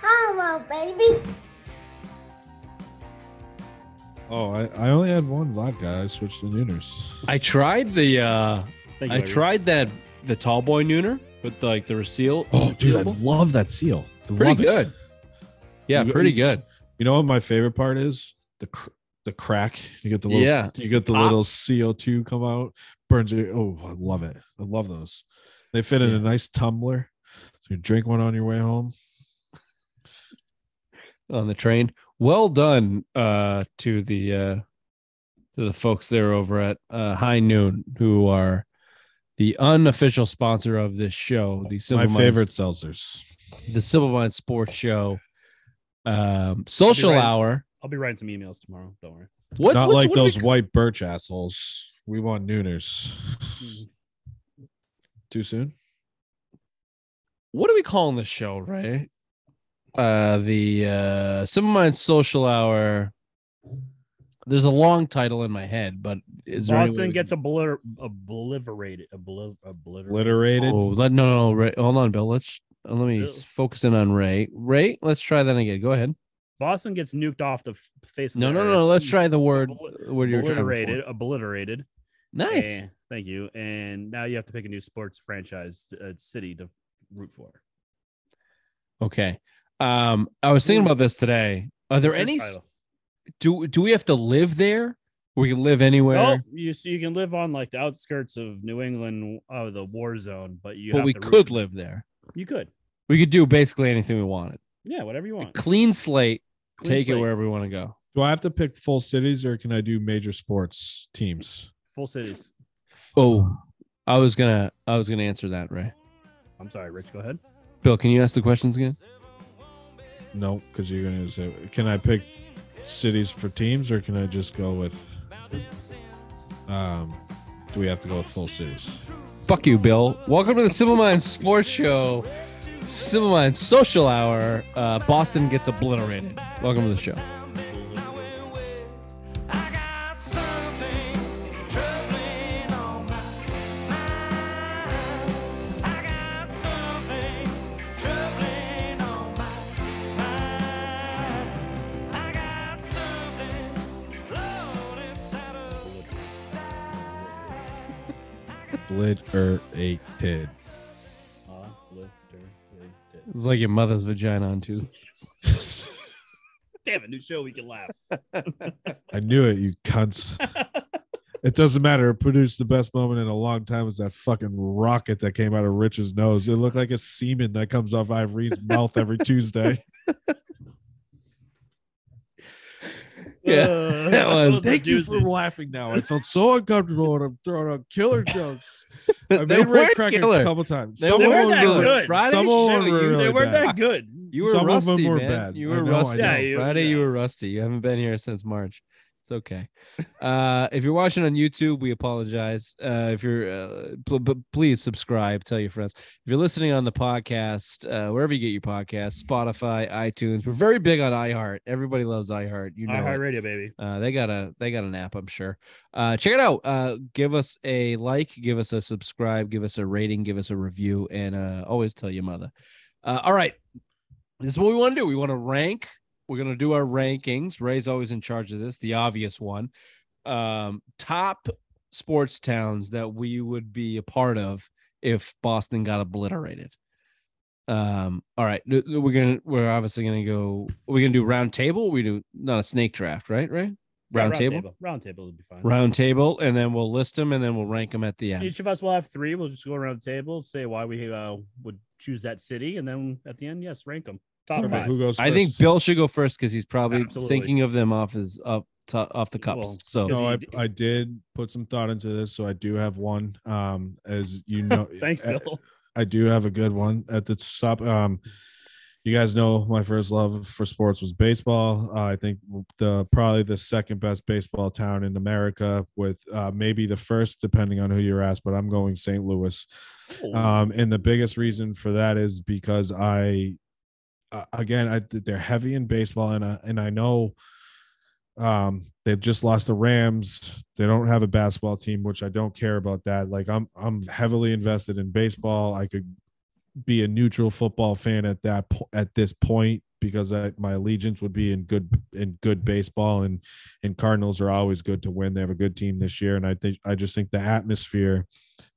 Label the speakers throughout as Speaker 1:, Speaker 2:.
Speaker 1: Hello, babies.
Speaker 2: Oh, I, I only had one vodka. I switched to Nooners.
Speaker 3: I tried the uh
Speaker 4: Thank you,
Speaker 3: I
Speaker 4: Larry.
Speaker 3: tried that the tall boy nooner with like the reseal. resealable.
Speaker 2: Oh, love that seal. I
Speaker 3: pretty
Speaker 2: love it.
Speaker 3: good. Yeah,
Speaker 2: You-
Speaker 3: pretty good.
Speaker 2: You know what my favorite part is? The cr- the crack. You get the little
Speaker 3: Yeah.
Speaker 2: you get the
Speaker 3: Pop.
Speaker 2: little CO2 come out, burns your oh, I love it. I love those. They fit in
Speaker 3: Yeah.
Speaker 2: a nice tumbler. So you drink one on your way home.
Speaker 3: on the train. Well done uh, to the uh, to the folks there over at uh, High Noon, who are the unofficial sponsor of this show, the Simple
Speaker 2: my
Speaker 3: Minds-
Speaker 2: favorite seltzers.
Speaker 3: the Simple Mind Sports Show, um, Social
Speaker 4: Right.
Speaker 3: Hour.
Speaker 4: I'll be writing some emails tomorrow. Don't worry.
Speaker 3: What,
Speaker 2: Not
Speaker 3: what's-
Speaker 2: like
Speaker 3: what do we
Speaker 2: those
Speaker 3: ca-
Speaker 2: white birch assholes. We want Nooners.
Speaker 3: Hmm.
Speaker 2: Too soon?
Speaker 3: what are we calling this show, Ray? Uh, the uh, Simple Mind Social Hour. There's a long title in my head, but is there any way
Speaker 4: Boston
Speaker 3: we
Speaker 4: gets obliter- obliterated. Obli- obliterated.
Speaker 2: Obliterated.
Speaker 3: Oh, let no, no, no, Ray, hold on, Bill. Let's uh, let me
Speaker 4: Bill.
Speaker 3: s- focus in on Ray. Ray, let's try that again. Go ahead.
Speaker 4: Boston gets nuked off the f- face of
Speaker 3: No,
Speaker 4: the
Speaker 3: no,
Speaker 4: earth.
Speaker 3: no. Let's try the word.
Speaker 4: Obli-
Speaker 3: Word you're trying
Speaker 4: obliterated.
Speaker 3: for.
Speaker 4: Obliterated.
Speaker 3: Nice.
Speaker 4: Eh, thank you. And now you have to pick a new sports franchise uh, city to root for.
Speaker 3: Okay. Um, I was thinking about this today. Are there
Speaker 4: What's your
Speaker 3: any? s-
Speaker 4: title?
Speaker 3: Do do we have to live there? We can live anywhere,
Speaker 4: Well, you so you can live on like the outskirts of New England, uh, the war zone, but you.
Speaker 3: but
Speaker 4: have
Speaker 3: we
Speaker 4: to root
Speaker 3: could
Speaker 4: for-
Speaker 3: live there.
Speaker 4: You could.
Speaker 3: We could do basically anything we wanted.
Speaker 4: Yeah, whatever you want.
Speaker 3: Clean slate.
Speaker 4: Clean
Speaker 3: take
Speaker 4: slate.
Speaker 3: it wherever we want to go.
Speaker 2: Do I have to pick full cities or can I do major sports teams?
Speaker 4: Full cities.
Speaker 3: Oh, I was gonna. I was gonna answer that, Ray.
Speaker 4: I'm sorry, Rich. Go ahead.
Speaker 3: Bill, can you ask the questions again?
Speaker 2: No, because you're gonna say, can I pick cities for teams, or can I just go with? Um, do we have to go with full cities?
Speaker 3: Fuck you, Bill. Welcome to the Simple Minds Sports Show, Simple Minds Social Hour. Uh, Boston gets obliterated. Welcome to the show.
Speaker 2: Obliterated.
Speaker 4: Obliterated.
Speaker 3: It's like your mother's vagina on Tuesday.
Speaker 4: Damn it, new show. We can laugh.
Speaker 2: I knew it, you cunts. It doesn't matter. It produced the best moment in a long time. Is that fucking rocket that came out of Rich's nose? It looked like a semen that comes off Irene's mouth every Tuesday.
Speaker 3: Yeah,
Speaker 4: Uh,
Speaker 3: that was-
Speaker 4: a
Speaker 2: Thank you for
Speaker 4: doozy.
Speaker 2: laughing. Now I felt so uncomfortable when I'm throwing out killer jokes. I
Speaker 3: They
Speaker 2: made Ray
Speaker 3: weren't
Speaker 2: Cracker
Speaker 3: killer.
Speaker 2: a couple times.
Speaker 3: They
Speaker 2: Someone
Speaker 4: weren't
Speaker 2: were
Speaker 4: that
Speaker 2: really-
Speaker 4: good.
Speaker 3: Friday
Speaker 2: Someone
Speaker 3: shit,
Speaker 2: were
Speaker 3: you-
Speaker 2: really
Speaker 4: they
Speaker 3: was
Speaker 4: weren't
Speaker 2: bad.
Speaker 4: that good.
Speaker 3: You were
Speaker 2: Some of
Speaker 3: rusty,
Speaker 2: them were
Speaker 3: man.
Speaker 2: bad.
Speaker 3: You
Speaker 2: I
Speaker 3: were
Speaker 2: know, I
Speaker 3: rusty.
Speaker 2: know.
Speaker 4: Yeah, you-
Speaker 3: Friday, you
Speaker 4: yeah.
Speaker 3: were rusty. You haven't been here since March. It's okay. Uh, if you're watching on YouTube, we apologize. Uh, if you're, uh, pl- but please subscribe. Tell your friends. If you're listening on the podcast, uh, wherever you get your podcast, Spotify, iTunes. We're very big on iHeart. Everybody loves iHeart. You know, it.
Speaker 4: iHeartRadio, baby.
Speaker 3: Uh, they got a they got an app, I'm sure. Uh, check it out. Uh, give us a like, give us a subscribe, give us a rating, give us a review, and uh, always tell your mother. Uh, all right, this is what we want to do. We want to rank. We're gonna do our rankings. Ray's always in charge of this, the obvious one. Um, top sports towns that we would be a part of if Boston got obliterated. Um, all right, th- th- we're gonna we're obviously gonna go. We're gonna do round table. We do not a snake draft, right? Right?
Speaker 4: Yeah,
Speaker 3: Round table?
Speaker 4: Round table would be fine.
Speaker 3: Round table, and then we'll list them, and then we'll rank them at the end.
Speaker 4: Each of us will have three. We'll just go around the table, say why we uh, would choose that city, and then at the end, yes, rank them. Top
Speaker 2: Perfect.
Speaker 4: five.
Speaker 2: Who goes?
Speaker 3: I think
Speaker 2: first?
Speaker 3: Bill should go first because he's probably
Speaker 4: Absolutely.
Speaker 3: thinking of them off his up to, off the cups.
Speaker 4: Well,
Speaker 3: so
Speaker 4: Because
Speaker 2: No, I,
Speaker 4: you-
Speaker 2: I did put some thought into this, so I do have one. Um, as you know,
Speaker 4: Thanks,
Speaker 2: I,
Speaker 4: Bill.
Speaker 2: I do have a good one at the top. Um, you guys know my first love for sports was baseball. Uh, I think the probably the second best baseball town in America, with uh, maybe the first, depending on who you're asked. But I'm going St. Louis.
Speaker 4: Oh.
Speaker 3: Uh,
Speaker 2: Um, and the biggest reason for that is because I, uh, again, I, they're heavy in baseball, and I, and I know um they just lost the rams they don't have a basketball team which i don't care about that like i'm i'm heavily invested in baseball i could be a neutral football fan at that po- at this point because I, my allegiance would be in good in good baseball and and Cardinals are always good to win. They have a good team this year, and I think I just think the atmosphere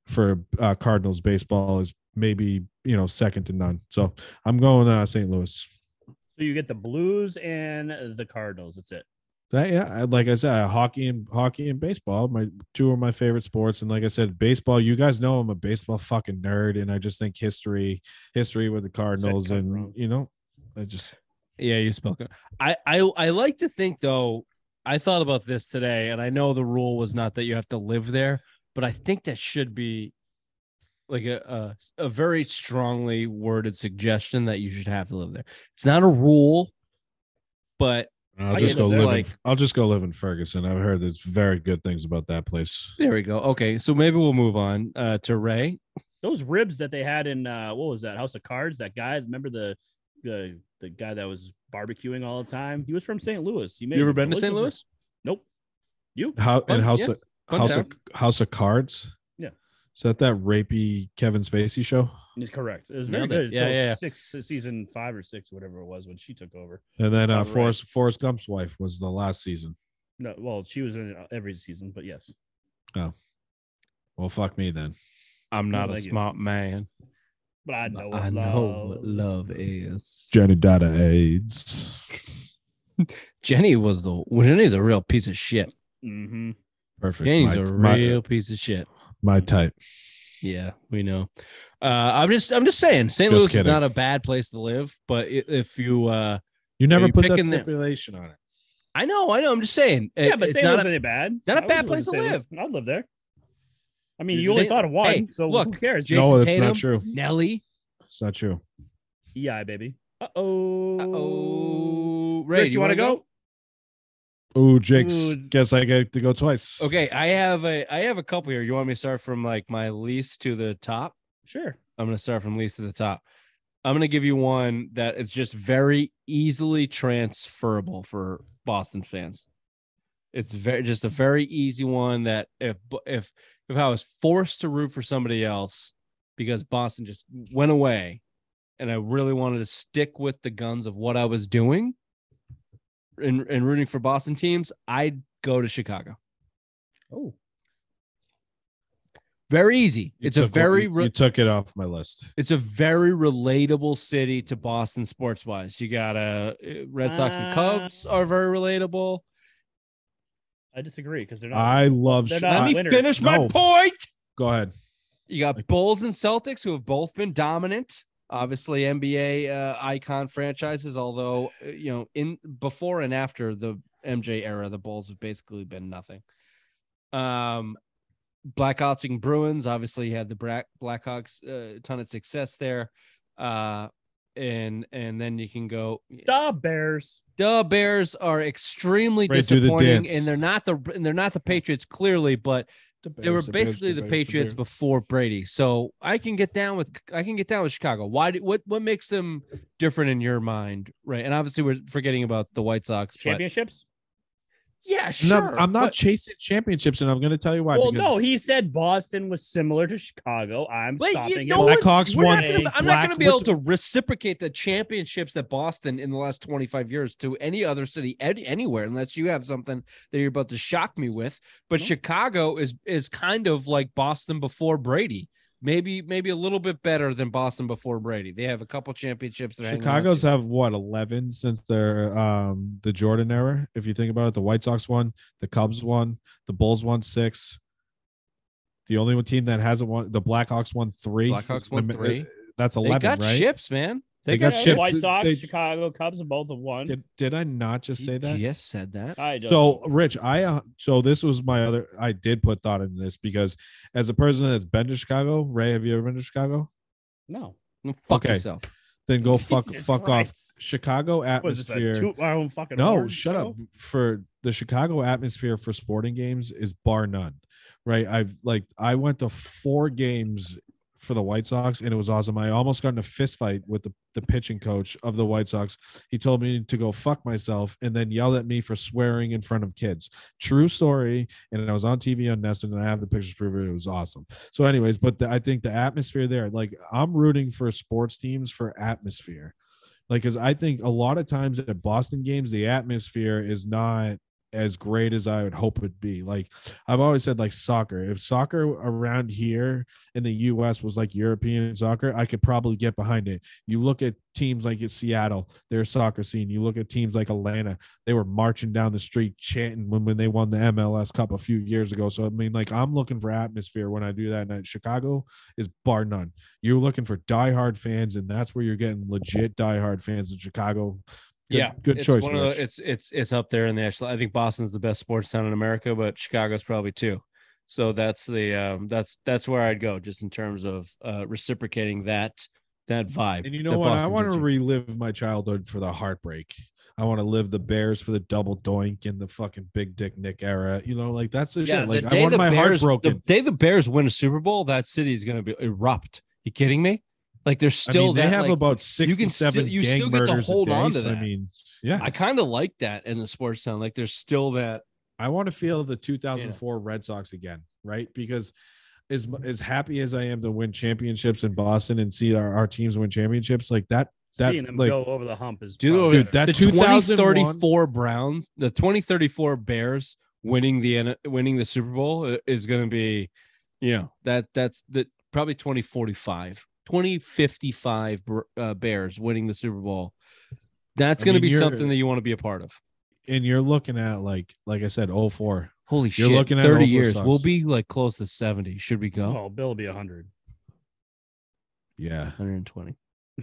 Speaker 2: for uh, Cardinals baseball is maybe you know second to none. So I'm going uh, St. Louis.
Speaker 4: So you get the Blues and the Cardinals. That's it.
Speaker 2: That, yeah, I- like I said, I- hockey and hockey and baseball, my two are my favorite sports. And like I said, baseball. You guys know I'm a baseball fucking nerd, and I just think history, history with the Cardinals,
Speaker 4: cut
Speaker 2: and
Speaker 4: wrong.
Speaker 2: you know, I just
Speaker 3: Yeah, you spoke. it. I, I I like to think though. I thought about this today, and I know the rule was not that you have to live there, but I think that should be like a a, a very strongly worded suggestion that you should have to live there. It's not a rule, but
Speaker 2: I'll
Speaker 4: I
Speaker 2: just
Speaker 4: get
Speaker 2: go
Speaker 4: it.
Speaker 2: live. in,
Speaker 3: Like-
Speaker 2: I'll just go live in Ferguson. I've heard there's very good things about that place.
Speaker 3: there we go. Okay, so maybe we'll move on uh, to Ray.
Speaker 4: Those ribs that they had in uh, what was that House of Cards? That guy. Remember the the the guy that was barbecuing all the time. He was from St. Louis. He made
Speaker 3: You ever been to
Speaker 4: delicious
Speaker 3: St.
Speaker 4: rib-
Speaker 3: Louis?
Speaker 4: Nope. You?
Speaker 2: How
Speaker 3: Fun,
Speaker 2: and House
Speaker 3: yeah.
Speaker 2: of
Speaker 3: Fun
Speaker 2: House
Speaker 3: town.
Speaker 2: of House of Cards.
Speaker 4: Yeah.
Speaker 2: Is that that rapey Kevin Spacey show?
Speaker 4: Is correct. It was very
Speaker 3: Nailed it.
Speaker 4: good.
Speaker 3: Yeah,
Speaker 4: until
Speaker 3: yeah, yeah.
Speaker 4: Six season five or six, whatever it was, when she took over.
Speaker 2: And then uh,
Speaker 4: All right.
Speaker 2: Forrest Forrest Gump's wife was the last season.
Speaker 4: No, well, she was in it uh, every season, but yes.
Speaker 2: Well, fuck me then.
Speaker 3: I'm
Speaker 4: No,
Speaker 3: not a
Speaker 4: thank you.
Speaker 3: smart man.
Speaker 4: But I
Speaker 3: but
Speaker 4: know.
Speaker 3: I
Speaker 4: what
Speaker 3: know what
Speaker 4: love-
Speaker 3: love is.
Speaker 2: Jenny died of AIDS.
Speaker 3: Jenny was the. Well, Jenny's a real piece of shit.
Speaker 4: Mhm.
Speaker 2: Perfect.
Speaker 3: Jenny's
Speaker 2: My-
Speaker 3: a
Speaker 2: my-
Speaker 3: real piece of shit.
Speaker 2: my type.
Speaker 3: Yeah, we know. Uh, I'm just, I'm just saying, St.
Speaker 2: Just
Speaker 3: Louis
Speaker 2: kidding.
Speaker 3: is not a bad place to live, but i- if you, uh,
Speaker 2: You never
Speaker 3: never you
Speaker 2: put that
Speaker 3: picking the-
Speaker 2: stipulation on it.
Speaker 3: I know, I know, I'm just saying. it-
Speaker 4: Yeah, but
Speaker 3: it's
Speaker 4: St.
Speaker 3: not
Speaker 4: Louis
Speaker 3: a-
Speaker 4: ain't bad.
Speaker 3: not a
Speaker 4: I would
Speaker 3: bad
Speaker 4: in
Speaker 3: place to
Speaker 4: St. Louis. I'd live there. I mean,
Speaker 3: You're
Speaker 4: you only
Speaker 3: saying-
Speaker 4: thought of one,
Speaker 3: hey,
Speaker 4: so
Speaker 3: look,
Speaker 4: who cares?
Speaker 3: Jason
Speaker 2: no, that's
Speaker 3: Tatum?
Speaker 2: not true.
Speaker 3: Nelly.
Speaker 2: It's not true.
Speaker 4: Yeah, baby. Uh oh.
Speaker 3: Oh, Ray,
Speaker 4: Chris, you, want to go?
Speaker 2: Ooh, Jake's.
Speaker 4: Ooh.
Speaker 2: Guess I get to go twice.
Speaker 3: Okay, I have a, I have a couple here. You want me to start from like my least to the top?
Speaker 4: Sure.
Speaker 3: I'm gonna start from least to the top. I'm gonna give you one that it's just very easily transferable for Boston fans. It's very just a very easy one that if if if I was forced to root for somebody else because Boston just went away, and I really wanted to stick with the guns of what I was doing, and and rooting for Boston teams, I'd go to Chicago.
Speaker 4: Oh,
Speaker 3: Very easy.
Speaker 2: You
Speaker 3: it's a
Speaker 2: took-
Speaker 3: very
Speaker 2: You,
Speaker 3: re-
Speaker 2: you took it off my list.
Speaker 3: it's a very relatable city to Boston sports wise. You got uh, Red Sox and Cubs are very relatable.
Speaker 4: I disagree because they're not.
Speaker 2: I love.
Speaker 4: They're
Speaker 2: Chi-
Speaker 4: not
Speaker 3: Let
Speaker 2: I-
Speaker 3: me
Speaker 4: winners.
Speaker 3: finish my
Speaker 2: No.
Speaker 3: point.
Speaker 2: go ahead.
Speaker 3: You got Bulls and Celtics who have both been dominant. Obviously, NBA uh, icon franchises. Although uh, you know, in before and after the MJ era, the Bulls have basically been nothing. Um, Blackhawks and Bruins. Obviously, you had the Bra- Blackhawks uh, ton of success there. Uh, and and then you can go
Speaker 4: the Bears.
Speaker 3: the Bears are extremely
Speaker 2: Ray, do the
Speaker 3: disappointing,
Speaker 2: dance.
Speaker 3: and they're not the and they're not the Patriots clearly, but they were basically the, Patriots before Brady. So I can get down with I can get down with Chicago. Why? do- What what makes them different in your mind, right? And obviously we're forgetting about the White Sox. But
Speaker 4: Championships?
Speaker 3: yeah,
Speaker 2: No,
Speaker 3: sure.
Speaker 2: I'm not
Speaker 3: but-
Speaker 2: chasing championships, and I'm going to tell you why.
Speaker 4: well,
Speaker 2: because
Speaker 4: no, he said Boston was similar to Chicago. I'm
Speaker 3: Wait,
Speaker 4: stopping
Speaker 3: you,
Speaker 4: him.
Speaker 3: no one's-
Speaker 2: Blackhawks
Speaker 3: we're
Speaker 2: won
Speaker 3: Not gonna,
Speaker 4: a
Speaker 3: I'm not
Speaker 2: black-
Speaker 3: going to be able
Speaker 2: what's-
Speaker 3: to reciprocate the championships that Boston in the last 25 years to any other city ed- anywhere, unless you have something that you're about to shock me with. But
Speaker 4: Mhm.
Speaker 2: Mm-hmm.
Speaker 3: Chicago is is kind of like Boston before Brady. Maybe maybe a little bit better than Boston before Brady. They have a couple championships. they're hanging on
Speaker 2: Chicago's
Speaker 3: to.
Speaker 2: have what eleven since their um the Jordan era. If you think about it, the White Sox won, the Cubs won, the Bulls won six. The only one team that hasn't won, the Blackhawks won three.
Speaker 3: Blackhawks won three.
Speaker 2: uh, That's
Speaker 3: they
Speaker 2: eleven,
Speaker 3: got
Speaker 2: right?
Speaker 3: ships, man.
Speaker 2: They, got,
Speaker 4: Yeah,
Speaker 2: shipped.
Speaker 4: White Sox,
Speaker 2: They-
Speaker 4: Chicago Cubs, and both of one.
Speaker 2: did, did I not just say that? Uh,
Speaker 3: Yes, said that.
Speaker 4: I don't
Speaker 2: so
Speaker 4: know.
Speaker 2: rich i uh, so this was my other i did put thought into this because as a person that's been to chicago ray have you ever been to chicago
Speaker 4: no.
Speaker 3: Fuck
Speaker 2: Okay.
Speaker 3: yourself.
Speaker 2: then go fuck
Speaker 4: Jesus
Speaker 2: fuck off
Speaker 4: Christ.
Speaker 2: chicago
Speaker 4: What is this, a
Speaker 2: atmosphere
Speaker 4: toot my own fucking
Speaker 2: no
Speaker 4: horn
Speaker 2: shut
Speaker 4: show?
Speaker 2: up for the chicago atmosphere for sporting games is bar none right i've like i went to four games for the White Sox, and it was awesome. I almost got in a fist fight with the, the pitching coach of the White Sox. He told me to go fuck myself and then yelled at me for swearing in front of kids. True story. And I was on TV on Nesson, and I have the pictures to prove it. It was awesome. So, anyways, but the, I think the atmosphere there, like I'm rooting for sports teams for atmosphere. Like, because I think a lot of times at Boston games, the atmosphere is not as great as I would hope it'd be. Like, I've always said, like soccer. If soccer around here in the U.S. was like European soccer, I could probably get behind it. You look at teams like at Seattle, their soccer scene. You look at teams like Atlanta, they were marching down the street chanting when, when they won the MLS Cup a few years ago. So I mean, like I'm looking for atmosphere when I do that. And Chicago is bar none. You're looking for diehard fans, and that's where you're getting legit diehard fans in Chicago. Good-
Speaker 3: yeah,
Speaker 2: good
Speaker 3: it's
Speaker 2: choice.
Speaker 3: One of
Speaker 2: Rich.
Speaker 3: the, it's it's it's up there in the actual. I think Boston's the best sports town in America, but Chicago's probably too. So that's the um, that's that's where I'd go, just in terms of uh, reciprocating that that vibe.
Speaker 2: And you know
Speaker 3: that
Speaker 2: what? I
Speaker 3: Boston
Speaker 2: want
Speaker 3: gives
Speaker 2: to
Speaker 3: you.
Speaker 2: relive my childhood for the heartbreak. I want to live the Bears for the double doink and the fucking big dick Nick era. You know, like that's the
Speaker 3: yeah,
Speaker 2: shit. Like
Speaker 3: the
Speaker 2: I
Speaker 3: day
Speaker 2: want
Speaker 3: the
Speaker 2: my
Speaker 3: Bears,
Speaker 2: heart broken.
Speaker 3: The day the Bears win a Super Bowl, that city's going to be erupt. You kidding me? Like there's still
Speaker 2: I mean,
Speaker 3: that.
Speaker 2: they have
Speaker 3: like,
Speaker 2: about
Speaker 3: you can still-
Speaker 2: 67
Speaker 3: you
Speaker 2: gang
Speaker 3: still get to
Speaker 2: murders
Speaker 3: hold
Speaker 2: a day,
Speaker 3: on to
Speaker 2: so, I
Speaker 3: that.
Speaker 2: mean, yeah.
Speaker 3: I kind of like that in the sports town. Like there's still that.
Speaker 2: I want to feel the 2004 Red Sox again, right? Because as as happy as I am to win championships in Boston and see our, our teams win championships, like that That,
Speaker 4: Seeing them
Speaker 2: like-
Speaker 4: go over the hump is
Speaker 3: Dude,
Speaker 4: probably
Speaker 2: dude,
Speaker 4: better.
Speaker 2: that
Speaker 3: Oh, the
Speaker 2: 2001
Speaker 3: 2034 Browns, the 2034 Bears winning the N- winning the Super Bowl i- is going to be, you know, that that's the probably 2045, 2055 Br- uh, Bears winning the Super Bowl. That's
Speaker 2: I
Speaker 3: going to
Speaker 2: mean,
Speaker 3: be
Speaker 2: you're-
Speaker 3: something that you want to be a part of.
Speaker 2: and you're looking at like like I said 04.
Speaker 3: Holy
Speaker 2: You're
Speaker 3: shit!
Speaker 2: looking at
Speaker 3: Thirty
Speaker 2: Oakland
Speaker 3: years,
Speaker 2: Sox.
Speaker 3: we'll be like close to seventy. Should we go?
Speaker 4: Oh, Bill will be hundred.
Speaker 2: Yeah,
Speaker 4: Oh.
Speaker 3: 120.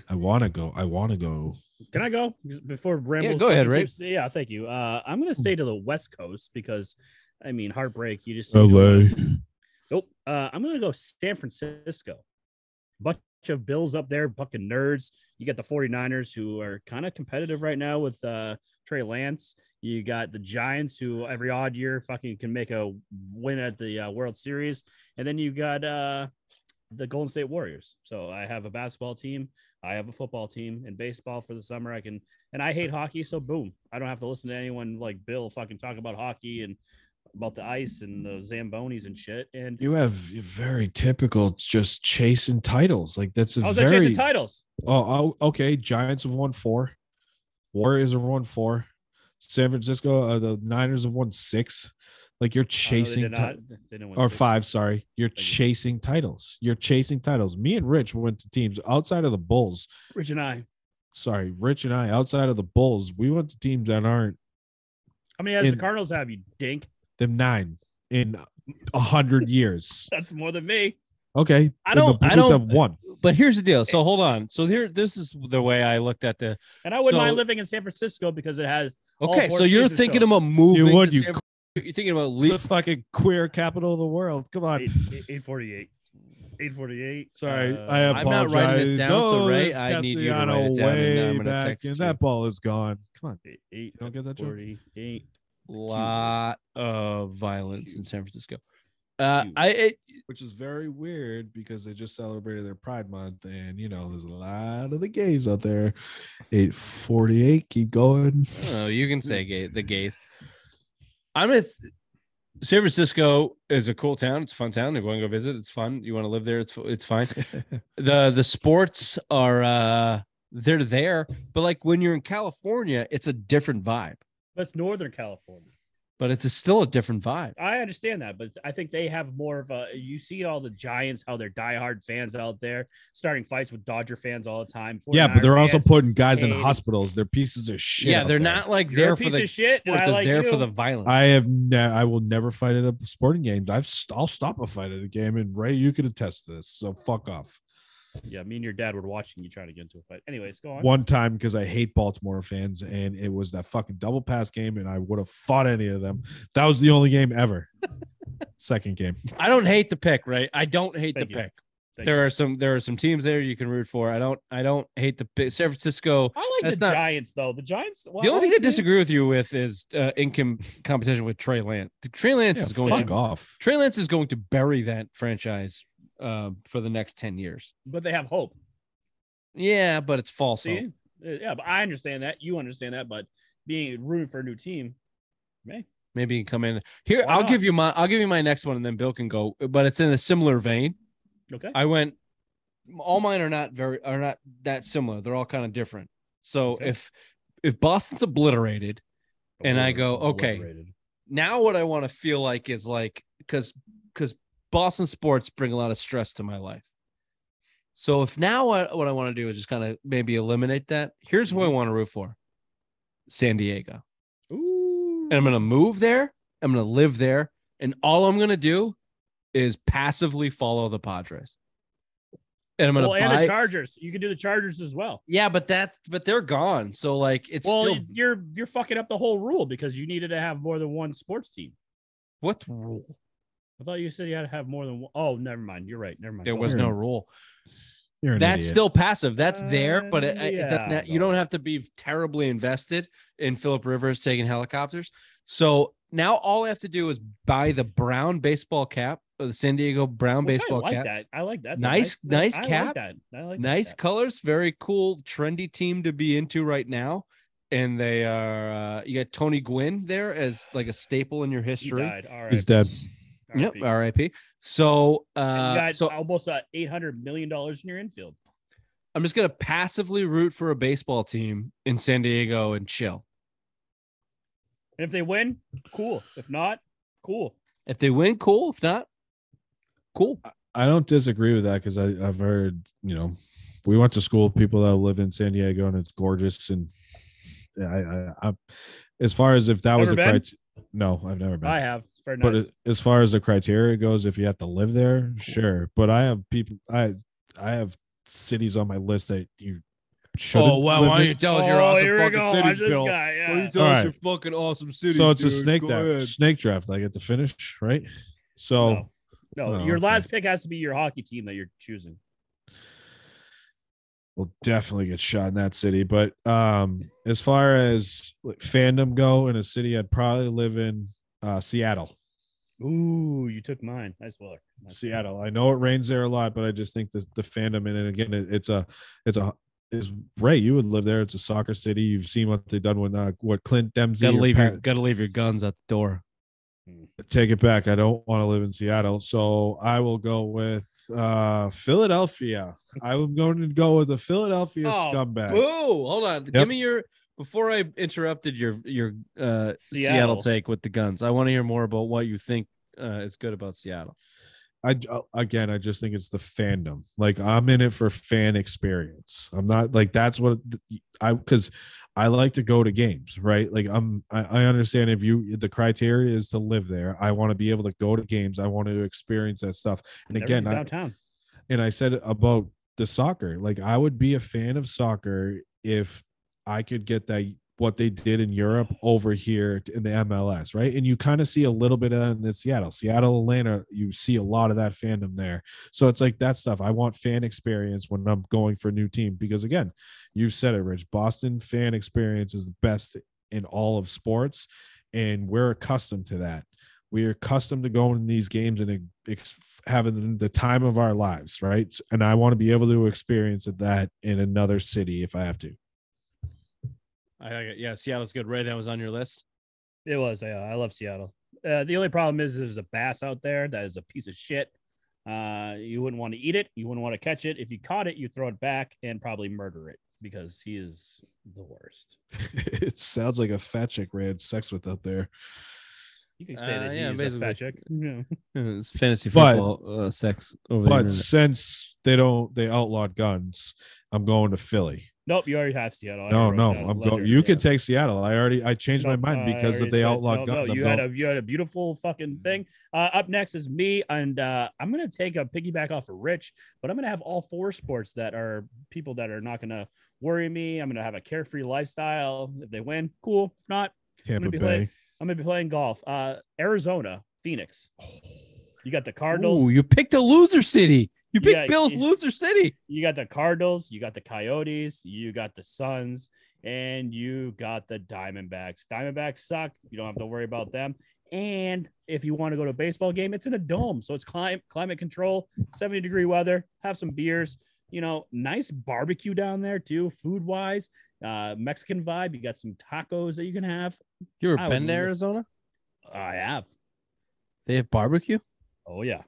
Speaker 2: I want to go. I want to go.
Speaker 4: Can I go before rambles?
Speaker 3: go ahead,
Speaker 4: fucking
Speaker 3: Ray.
Speaker 4: keeps- Yeah, thank you. Uh, I'm gonna stay to the West Coast because, I mean, heartbreak. You just
Speaker 2: LA.
Speaker 4: Nope. Uh, I'm gonna go San Francisco. Bunch of Bills up there, fucking nerds. You got the 49ers who are kind of competitive right now with uh, Trey Lance. You got the Giants who every odd year fucking can make a win at the uh, World Series, and then you got uh, the Golden State Warriors. So I have a basketball team, I have a football team, and baseball for the summer. I can, and I hate hockey, so boom, I don't have to listen to anyone like Bill fucking talk about hockey and about the ice and the zambonis and shit. And
Speaker 2: You have very typical, just chasing titles. Like that's a
Speaker 4: I was at
Speaker 2: very.
Speaker 4: chasing titles.
Speaker 2: oh, oh, okay. Giants have won four. Warriors have won four. San Francisco, uh, the Niners have won six. Like you're
Speaker 4: Oh, no, they
Speaker 2: chasing
Speaker 4: did
Speaker 2: ti-
Speaker 4: not. They didn't win
Speaker 2: or
Speaker 4: six.
Speaker 2: five. Sorry, you're
Speaker 4: you.
Speaker 2: chasing titles. You're chasing titles. Me and Rich went to teams outside of the Bulls.
Speaker 4: Rich and I.
Speaker 2: Sorry, Rich and I outside of the Bulls. We went to teams that aren't
Speaker 4: How many has the
Speaker 2: In-
Speaker 4: Cardinals have you dink?
Speaker 2: them nine in a hundred years.
Speaker 4: That's more than me.
Speaker 2: Okay,
Speaker 3: I
Speaker 2: and
Speaker 3: don't-
Speaker 2: The
Speaker 3: I
Speaker 2: Blues
Speaker 3: don't- uh,
Speaker 2: have one.
Speaker 3: But here's the deal. So hold on. So here, this is the way I looked at the.
Speaker 4: And I wouldn't
Speaker 3: So-
Speaker 4: mind living in San Francisco because it has All
Speaker 3: Okay,
Speaker 4: four
Speaker 3: so you're
Speaker 4: seasons
Speaker 3: thinking
Speaker 4: go.
Speaker 3: about moving.
Speaker 2: You would,
Speaker 3: to
Speaker 2: you
Speaker 3: San- you're thinking about
Speaker 2: It's
Speaker 3: leaving.
Speaker 2: the fucking queer capital of the world. Come on.
Speaker 4: eight- eight- 848. 848.
Speaker 2: Sorry,
Speaker 4: Uh,
Speaker 2: I
Speaker 3: I'm not
Speaker 2: apologize.
Speaker 3: writing this down, so
Speaker 2: oh,
Speaker 3: Ray,
Speaker 2: there's
Speaker 3: I need you to write
Speaker 2: Castellano
Speaker 3: it down, and uh,
Speaker 2: way
Speaker 3: I'm gonna
Speaker 2: back
Speaker 3: text
Speaker 2: in.
Speaker 3: you.
Speaker 2: That ball is gone. Come on.
Speaker 4: Eight, eight,
Speaker 2: don't get that joke?
Speaker 4: 48.
Speaker 3: lot of violence in
Speaker 4: Huge.
Speaker 3: San Francisco. Uh,
Speaker 4: Huge.
Speaker 3: I it,
Speaker 2: Which is very weird because they just celebrated their Pride Month, and you know there's a lot of the gays out there. Eight forty-eight. Keep going.
Speaker 3: oh, you can say gay, the gays. I'm gonna. s- San Francisco is a cool town. It's a fun town. You want to go visit? It's fun. You want to live there? It's it's fine. the The sports are uh they're there, but like when you're in California, it's a different vibe.
Speaker 4: That's Northern California.
Speaker 3: But it's a, still a different vibe.
Speaker 4: I understand that, but I think they have more of a. You see all the Giants, how they're diehard fans out there, starting fights with Dodger fans all the time.
Speaker 2: yeah, but
Speaker 4: 49er
Speaker 2: they're also
Speaker 4: fans.
Speaker 2: putting guys in
Speaker 4: Hey.
Speaker 2: hospitals. They're pieces of shit.
Speaker 3: yeah,
Speaker 2: out
Speaker 3: they're
Speaker 2: there.
Speaker 3: not like
Speaker 4: You're a
Speaker 3: there for
Speaker 4: piece
Speaker 3: the
Speaker 4: of shit, and
Speaker 3: sports.
Speaker 4: I
Speaker 3: They're
Speaker 4: like
Speaker 3: there for
Speaker 4: you.
Speaker 3: the violence.
Speaker 2: I have. Ne- I will never fight at a sporting game. I've. St- I'll stop a fight at a game, and Ray, you could attest to this. So fuck off.
Speaker 4: Yeah, me and your dad were watching you trying to get into a fight. Anyways, go on.
Speaker 2: one time because I hate Baltimore fans, and it was that fucking double pass game, and I would have fought any of them. That was the only game ever. Second game,
Speaker 3: I don't hate the pick, right? I don't hate
Speaker 4: Thank
Speaker 3: the
Speaker 4: you.
Speaker 3: pick.
Speaker 4: Thank
Speaker 3: there are some there are some teams there you can root for. I don't I don't hate the pick. San Francisco.
Speaker 4: I like
Speaker 3: That's
Speaker 4: the
Speaker 3: not-
Speaker 4: Giants though. The Giants.
Speaker 3: The only thing I disagree with you with is uh, in com- competition with Trey Lance. Trey Lance
Speaker 2: yeah,
Speaker 3: is going
Speaker 2: fuck
Speaker 3: to
Speaker 2: off.
Speaker 3: Trey Lance is going to bury that franchise uh, for the next ten years.
Speaker 4: But they have hope.
Speaker 3: Yeah, but it's false.
Speaker 4: See,
Speaker 3: hope.
Speaker 4: Uh, yeah, but I understand that. You understand that, but being rooting for a new team, man,
Speaker 3: Maybe you can come in here.
Speaker 4: Why
Speaker 3: I'll
Speaker 4: not?
Speaker 3: give you my I'll give you my next one, and then Bill can go. But it's in a similar vein.
Speaker 4: okay.
Speaker 3: I went. All mine are not very are not that similar. They're all kind of different. So
Speaker 4: Okay.
Speaker 3: if if Boston's obliterated, And I go, okay.
Speaker 4: Obliterated.
Speaker 3: now what I want to feel like is like because because Boston sports bring a lot of stress to my life. So if now what, what I want to do is just kind of maybe eliminate that. Here's who I
Speaker 4: Mm-hmm.
Speaker 3: want to root for: San Diego.
Speaker 4: Ooh.
Speaker 3: And I'm gonna move there. I'm gonna live there, and all I'm gonna do is passively follow the Padres. And I'm gonna
Speaker 4: well,
Speaker 3: buy.
Speaker 4: and the Chargers. You can do the Chargers as well.
Speaker 3: yeah, but that's but they're gone. So like it's
Speaker 4: well,
Speaker 3: still
Speaker 4: you're you're fucking up the whole rule because you needed to have more than one sports team.
Speaker 3: what rule?
Speaker 4: I thought you said you had to have more than one. Oh, never mind. You're right. Never mind.
Speaker 3: There
Speaker 4: Go
Speaker 3: was
Speaker 4: ahead.
Speaker 3: no rule.
Speaker 2: You're an
Speaker 3: that's
Speaker 2: idiot.
Speaker 3: still passive. That's there, but it,
Speaker 4: Uh,
Speaker 3: it doesn't.
Speaker 4: yeah,
Speaker 3: you don't have to be terribly invested in Philip Rivers taking helicopters. So now all I have to do is buy the brown baseball cap, or the San Diego brown
Speaker 4: Which
Speaker 3: baseball
Speaker 4: I like
Speaker 3: cap.
Speaker 4: that. I like that. That's a
Speaker 3: Nice- nice
Speaker 4: I like
Speaker 3: cap.
Speaker 4: that. I like
Speaker 3: nice
Speaker 4: That.
Speaker 3: colors, very cool, trendy team to be into right now. And they are uh, you got Tony Gwynn there as like a staple in your
Speaker 4: He
Speaker 3: history.
Speaker 4: died. All right.
Speaker 2: He's dead.
Speaker 3: Yep, R.I.P. So
Speaker 4: you
Speaker 3: uh,
Speaker 4: got
Speaker 3: so
Speaker 4: almost uh, eight hundred million dollars in your infield.
Speaker 3: I'm just gonna passively root for a baseball team in San Diego and chill.
Speaker 4: And if they win, cool. If not, cool.
Speaker 3: If they win, cool. If not, cool.
Speaker 2: I don't disagree with that because I've heard, you know, we went to school with people that live in San Diego and it's gorgeous. And I, I, I as far as if that was a
Speaker 4: Ever been?
Speaker 2: criteria, no, I've never been.
Speaker 4: I have. It's very
Speaker 2: but
Speaker 4: nice.
Speaker 2: a- as far as the criteria goes, if you have to live there, sure. But I have people, I, I have cities on my list that you should.
Speaker 3: Oh, tell
Speaker 4: Oh,
Speaker 2: oh,
Speaker 4: Watch this guy. Yeah.
Speaker 2: tell us Alright.
Speaker 3: your fucking awesome city?
Speaker 2: So it's a snake draft. Snake draft. I get to finish, right? So
Speaker 4: No. No,
Speaker 2: Oh,
Speaker 4: your
Speaker 2: okay.
Speaker 4: last pick has to be your hockey team that you're choosing.
Speaker 2: will definitely get shot in that city. But um, as far as like, fandom go in a city, I'd probably live in uh, Seattle.
Speaker 4: Ooh, you took mine. Nice work. Nice
Speaker 2: Seattle. I know it rains there a lot, but I just think that the fandom in it again, it, it's a, it's a, is Ray. You would live there. It's a soccer city. You've seen what they've done with uh, what Clint Dempsey.
Speaker 3: Gotta
Speaker 2: or
Speaker 3: leave your
Speaker 2: Pat-
Speaker 3: gotta leave your guns at the door.
Speaker 2: take it back. I don't want to live in Seattle, so I will go with uh Philadelphia. I am going to go with the Philadelphia
Speaker 3: Oh,
Speaker 2: scumbag.
Speaker 3: Boo! Hold on.
Speaker 2: Yep.
Speaker 3: Give me your before I interrupted your your uh, Seattle.
Speaker 4: Seattle.
Speaker 3: take with the guns. I want to hear more about what you think uh, is good about Seattle.
Speaker 2: I j- uh, again, I just think it's the fandom. Like I'm in it for fan experience. I'm not like that's what I because I like to go to games, right? Like I'm I, I understand if you the criteria is to live there. I want to be able to go to games. I want to experience that stuff. And again,
Speaker 4: Everything's
Speaker 2: I,
Speaker 4: downtown.
Speaker 2: and I said about the soccer. Like I would be a fan of soccer if I could get that what they did in Europe over here in the MLS, right? And you kind of see a little bit of that in the Seattle, Seattle, Atlanta. You see a lot of that fandom there. So it's like that stuff. I want fan experience when I'm going for a new team because again, you've said it, Rich. Boston fan experience is the best in all of sports, and we're accustomed to that. We are accustomed to going to these games and ex- having the time of our lives, right? And I want to be able to experience that in another city if I have to.
Speaker 3: I yeah, Seattle's good. Ray, that was on your list.
Speaker 4: It was. Yeah, I love Seattle. Uh, the only problem is there's a bass out there that is a piece of shit. Uh, you wouldn't want to eat it. You wouldn't want to catch it. If you caught it, you throw it back and probably murder it because he is the worst.
Speaker 2: it sounds like a fat chick Ray had sex with out there.
Speaker 4: You can say
Speaker 3: Uh,
Speaker 4: that
Speaker 3: yeah,
Speaker 4: he's a
Speaker 3: basically.
Speaker 4: fat chick. Yeah.
Speaker 3: It's fantasy
Speaker 2: But-
Speaker 3: football uh, sex over
Speaker 2: But
Speaker 3: the
Speaker 2: since they don't, they outlawed guns. I'm going to Philly.
Speaker 4: Nope, you already have Seattle. I
Speaker 2: No,
Speaker 4: already
Speaker 2: no,
Speaker 4: wrote down
Speaker 2: I'm
Speaker 4: Ledger,
Speaker 2: going. You
Speaker 4: yeah.
Speaker 2: can take Seattle. I already, I changed
Speaker 4: Nope,
Speaker 2: my mind
Speaker 4: I
Speaker 2: because
Speaker 4: already
Speaker 2: of they
Speaker 4: said-
Speaker 2: outlawed
Speaker 4: no, no,
Speaker 2: guns. I'm
Speaker 4: you had
Speaker 2: going- Mm.
Speaker 4: a you had a beautiful fucking thing. Uh, up next is me, and uh, I'm gonna take a piggyback off of Rich, but I'm gonna have all four sports that are people that are not gonna worry me. I'm gonna have a carefree lifestyle. If they win, cool. If not,
Speaker 2: Tampa
Speaker 4: be
Speaker 2: Bay.
Speaker 4: late. I'm gonna be playing golf. Uh, Arizona, Phoenix. You got the Cardinals.
Speaker 3: Oh, you picked a loser city. You picked
Speaker 4: Yeah,
Speaker 3: Bill's
Speaker 4: yeah.
Speaker 3: loser city.
Speaker 4: you got the Cardinals, you got the Coyotes, you got the Suns, and you got the Diamondbacks. Diamondbacks suck. You don't have to worry about them. And if you want to go to a baseball game, it's in a dome. So it's climate climate control, 70 degree weather, have some beers, you know, nice barbecue down there too, food wise, uh, Mexican vibe. You got some tacos that you can have.
Speaker 3: You ever
Speaker 4: I
Speaker 3: been
Speaker 4: would
Speaker 3: to
Speaker 4: lo-
Speaker 3: Arizona?
Speaker 4: I have.
Speaker 3: They have barbecue.
Speaker 4: Oh yeah.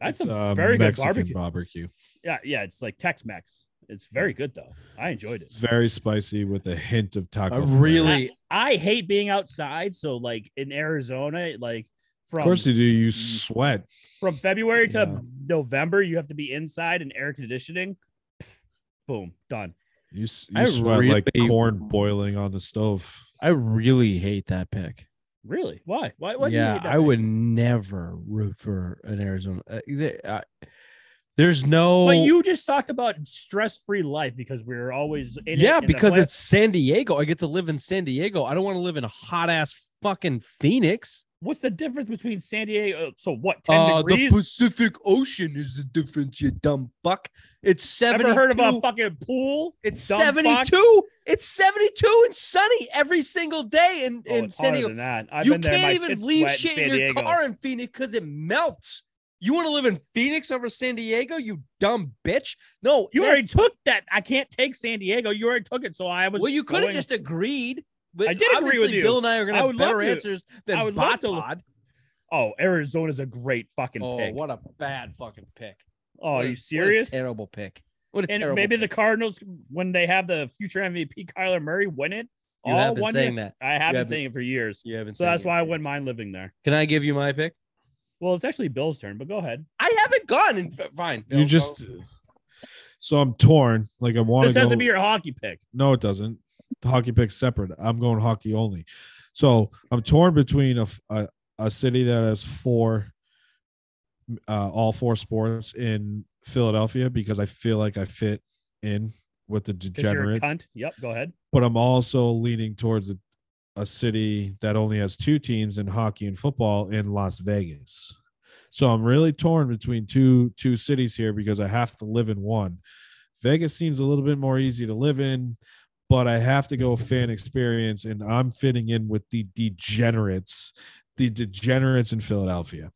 Speaker 4: That's
Speaker 2: It's,
Speaker 4: a
Speaker 2: uh,
Speaker 4: very good
Speaker 2: Mexican
Speaker 4: barbecue.
Speaker 2: barbecue.
Speaker 4: Yeah, yeah, it's like Tex Mex. It's very good though. I enjoyed it.
Speaker 2: It's very spicy with a hint of
Speaker 3: A
Speaker 2: taco. flavor.
Speaker 3: really
Speaker 4: I hate being outside, so like in Arizona, like from Mm.
Speaker 2: of course you do. You sweat.
Speaker 4: from February to
Speaker 2: Yeah.
Speaker 4: November, you have to be inside in air conditioning. Pff, boom, done.
Speaker 2: You, s-
Speaker 3: I
Speaker 2: you sweat like
Speaker 3: really-
Speaker 2: corn boiling on the stove.
Speaker 3: I really hate that pick.
Speaker 4: Really? Why? Why? why do you
Speaker 3: yeah,
Speaker 4: hate that
Speaker 3: I
Speaker 4: pick?
Speaker 3: would never root for an Arizona. Uh, there- I- there's no.
Speaker 4: But you just talked about stress-free life because we are always in it
Speaker 3: yeah,
Speaker 4: in the
Speaker 3: because
Speaker 4: pla-
Speaker 3: it's San Diego. I get to live in San Diego. I don't want to live in a hot ass fucking Phoenix.
Speaker 4: what's the difference between San Diego? So what? Ten
Speaker 3: Uh, the
Speaker 4: degrees.
Speaker 3: Pacific Ocean is the difference, you dumb buck. It's seventy.
Speaker 4: Ever heard of a fucking pool?
Speaker 3: It's
Speaker 4: dumb fuck?
Speaker 3: seventy-two. It's seventy-two and sunny every single day in
Speaker 4: Oh,
Speaker 3: in
Speaker 4: it's
Speaker 3: San
Speaker 4: harder
Speaker 3: Diego.
Speaker 4: than that. I've
Speaker 3: you
Speaker 4: been there,
Speaker 3: can't
Speaker 4: my
Speaker 3: even
Speaker 4: tits
Speaker 3: leave
Speaker 4: sweat in
Speaker 3: shit
Speaker 4: San
Speaker 3: in your
Speaker 4: Diego.
Speaker 3: car in Phoenix because it melts. You want to live in Phoenix over San Diego, you dumb bitch? No,
Speaker 4: You already
Speaker 3: that's-
Speaker 4: took that. I can't take San Diego. You already took it, so I was.
Speaker 3: Well, you could have
Speaker 4: going-
Speaker 3: just agreed. But
Speaker 4: I did agree with
Speaker 3: obviously
Speaker 4: you.
Speaker 3: Bill and I are going to
Speaker 4: I
Speaker 3: have
Speaker 4: would love
Speaker 3: better
Speaker 4: to.
Speaker 3: answers than
Speaker 4: I would love
Speaker 3: Bot
Speaker 4: to-
Speaker 3: Pod.
Speaker 4: Oh, Arizona's a great fucking
Speaker 3: Oh,
Speaker 4: pick.
Speaker 3: what a bad fucking pick! What
Speaker 4: Oh, are
Speaker 3: a-
Speaker 4: you
Speaker 3: what a
Speaker 4: serious?
Speaker 3: terrible pick. What a
Speaker 4: And
Speaker 3: terrible.
Speaker 4: maybe the
Speaker 3: pick.
Speaker 4: Cardinals, when they have the future MVP Kyler Murray, win it.
Speaker 3: you
Speaker 4: all
Speaker 3: have been
Speaker 4: one
Speaker 3: saying that.
Speaker 4: I have
Speaker 3: You
Speaker 4: been
Speaker 3: haven't-
Speaker 4: saying it for years,
Speaker 3: You haven't.
Speaker 4: so
Speaker 3: said
Speaker 4: that's
Speaker 3: it.
Speaker 4: why I wouldn't mind living there.
Speaker 3: Can I give you my pick?
Speaker 4: Well, it's actually Bill's turn, but go ahead.
Speaker 3: I haven't gone. And fine. Bill,
Speaker 2: you
Speaker 3: go.
Speaker 2: just. So I'm torn. Like I want
Speaker 4: This
Speaker 2: to
Speaker 4: has
Speaker 2: go.
Speaker 4: to be your hockey pick.
Speaker 2: No, it doesn't. The hockey pick's separate. I'm going hockey only. So I'm torn between a f- a, a city that has four, uh, all four sports in Philadelphia because I feel like I fit in with the
Speaker 4: Because you're a
Speaker 2: degenerate,
Speaker 4: cunt. Yep, go ahead.
Speaker 2: but I'm also leaning towards a, a city that only has two teams in hockey and football in Las Vegas. So I'm really torn between two two cities here because I have to live in one. Vegas seems a little bit more easy to live in, but I have to go fan experience, and I'm fitting in with the degenerates, the degenerates in Philadelphia.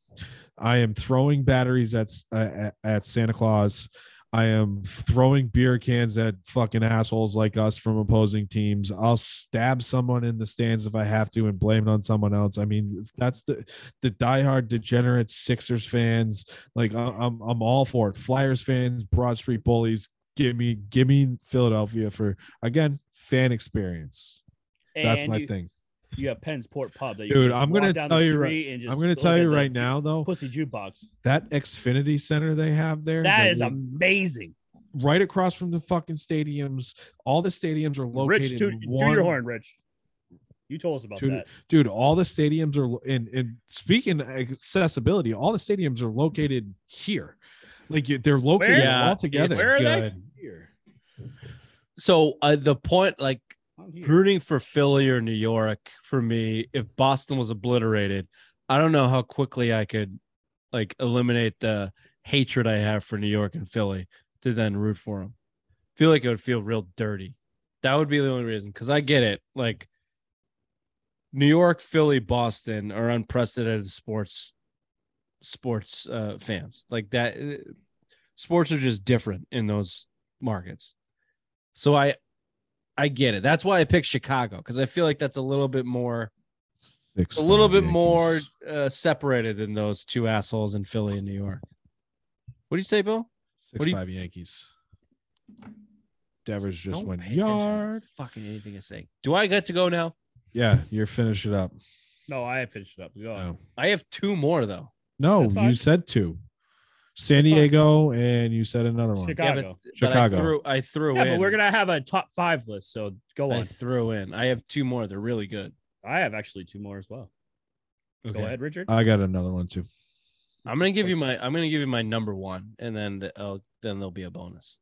Speaker 2: I am throwing batteries at s- uh, at, at Santa Claus. I am throwing beer cans at fucking assholes like us from opposing teams. I'll stab someone in the stands if I have to and blame it on someone else. I mean, that's the the diehard degenerate Sixers fans. Like I- I'm I'm all for it. Flyers fans, Broad Street bullies. Give me give me Philadelphia for again fan experience. That's
Speaker 4: and
Speaker 2: my
Speaker 4: you,
Speaker 2: thing.
Speaker 4: You have Penn's Port Pub. That you
Speaker 2: Dude,
Speaker 4: can just
Speaker 2: I'm gonna
Speaker 4: walk down
Speaker 2: tell
Speaker 4: the
Speaker 2: you right-
Speaker 4: street and just
Speaker 2: I'm gonna
Speaker 4: look
Speaker 2: tell
Speaker 4: at
Speaker 2: you
Speaker 4: the
Speaker 2: right
Speaker 4: ju-
Speaker 2: now though
Speaker 4: Pussy jukebox.
Speaker 2: that Xfinity Center they have there
Speaker 4: That is
Speaker 2: they-
Speaker 4: amazing.
Speaker 2: right across from the fucking stadiums. All the stadiums are located.
Speaker 4: Rich, to,
Speaker 2: in one,
Speaker 4: your horn, Rich. You told us about
Speaker 2: Toot-
Speaker 4: that.
Speaker 2: dude. All the stadiums are lo- and and speaking of accessibility, all the stadiums are located here. Like you- they're located
Speaker 3: Yeah,
Speaker 2: all together.
Speaker 3: it's
Speaker 4: Where are they?
Speaker 3: good.
Speaker 2: Here.
Speaker 3: So uh, the point, like
Speaker 4: I'm here.
Speaker 3: rooting for Philly or New York for me, if Boston was obliterated, I don't know how quickly I could like eliminate the hatred I have for New York and Philly to then root for them. Feel like it would feel real dirty. That would be the only reason because I get it. Like New York, Philly, Boston are unprecedented sports sports uh, fans. Like that, uh, sports are just different in those markets. So I I get it. That's why I picked Chicago because I feel like that's a little bit more,
Speaker 2: Six
Speaker 3: a little bit
Speaker 2: Yankees.
Speaker 3: more uh, separated than those two assholes in Philly and New York. What do you say, Bill?
Speaker 2: Six
Speaker 3: what do you-
Speaker 2: five Yankees. Devers just
Speaker 3: Don't
Speaker 2: went
Speaker 3: pay attention to
Speaker 2: yard.
Speaker 3: Fucking anything I say. Do I get to go now?
Speaker 2: Yeah, you're finish it up.
Speaker 4: No, I have finished up.
Speaker 3: Oh,
Speaker 4: Go.
Speaker 2: No,
Speaker 3: I have two more though.
Speaker 2: No,
Speaker 4: That's
Speaker 2: you
Speaker 4: fine.
Speaker 2: said two. San
Speaker 4: That's fine.
Speaker 2: Diego, and you said another one.
Speaker 4: Chicago.
Speaker 3: Yeah, but, But
Speaker 2: Chicago.
Speaker 3: I threw. I threw
Speaker 4: Yeah,
Speaker 3: in.
Speaker 4: but we're gonna have a top five list. So go
Speaker 3: I
Speaker 4: on.
Speaker 3: threw in. I have two more. They're really good.
Speaker 4: I have actually two more as well. Go ahead, Richard.
Speaker 2: I got another one too.
Speaker 3: I'm gonna give you my. I'm gonna give you my number one, and then the, I'll, then there'll be a bonus.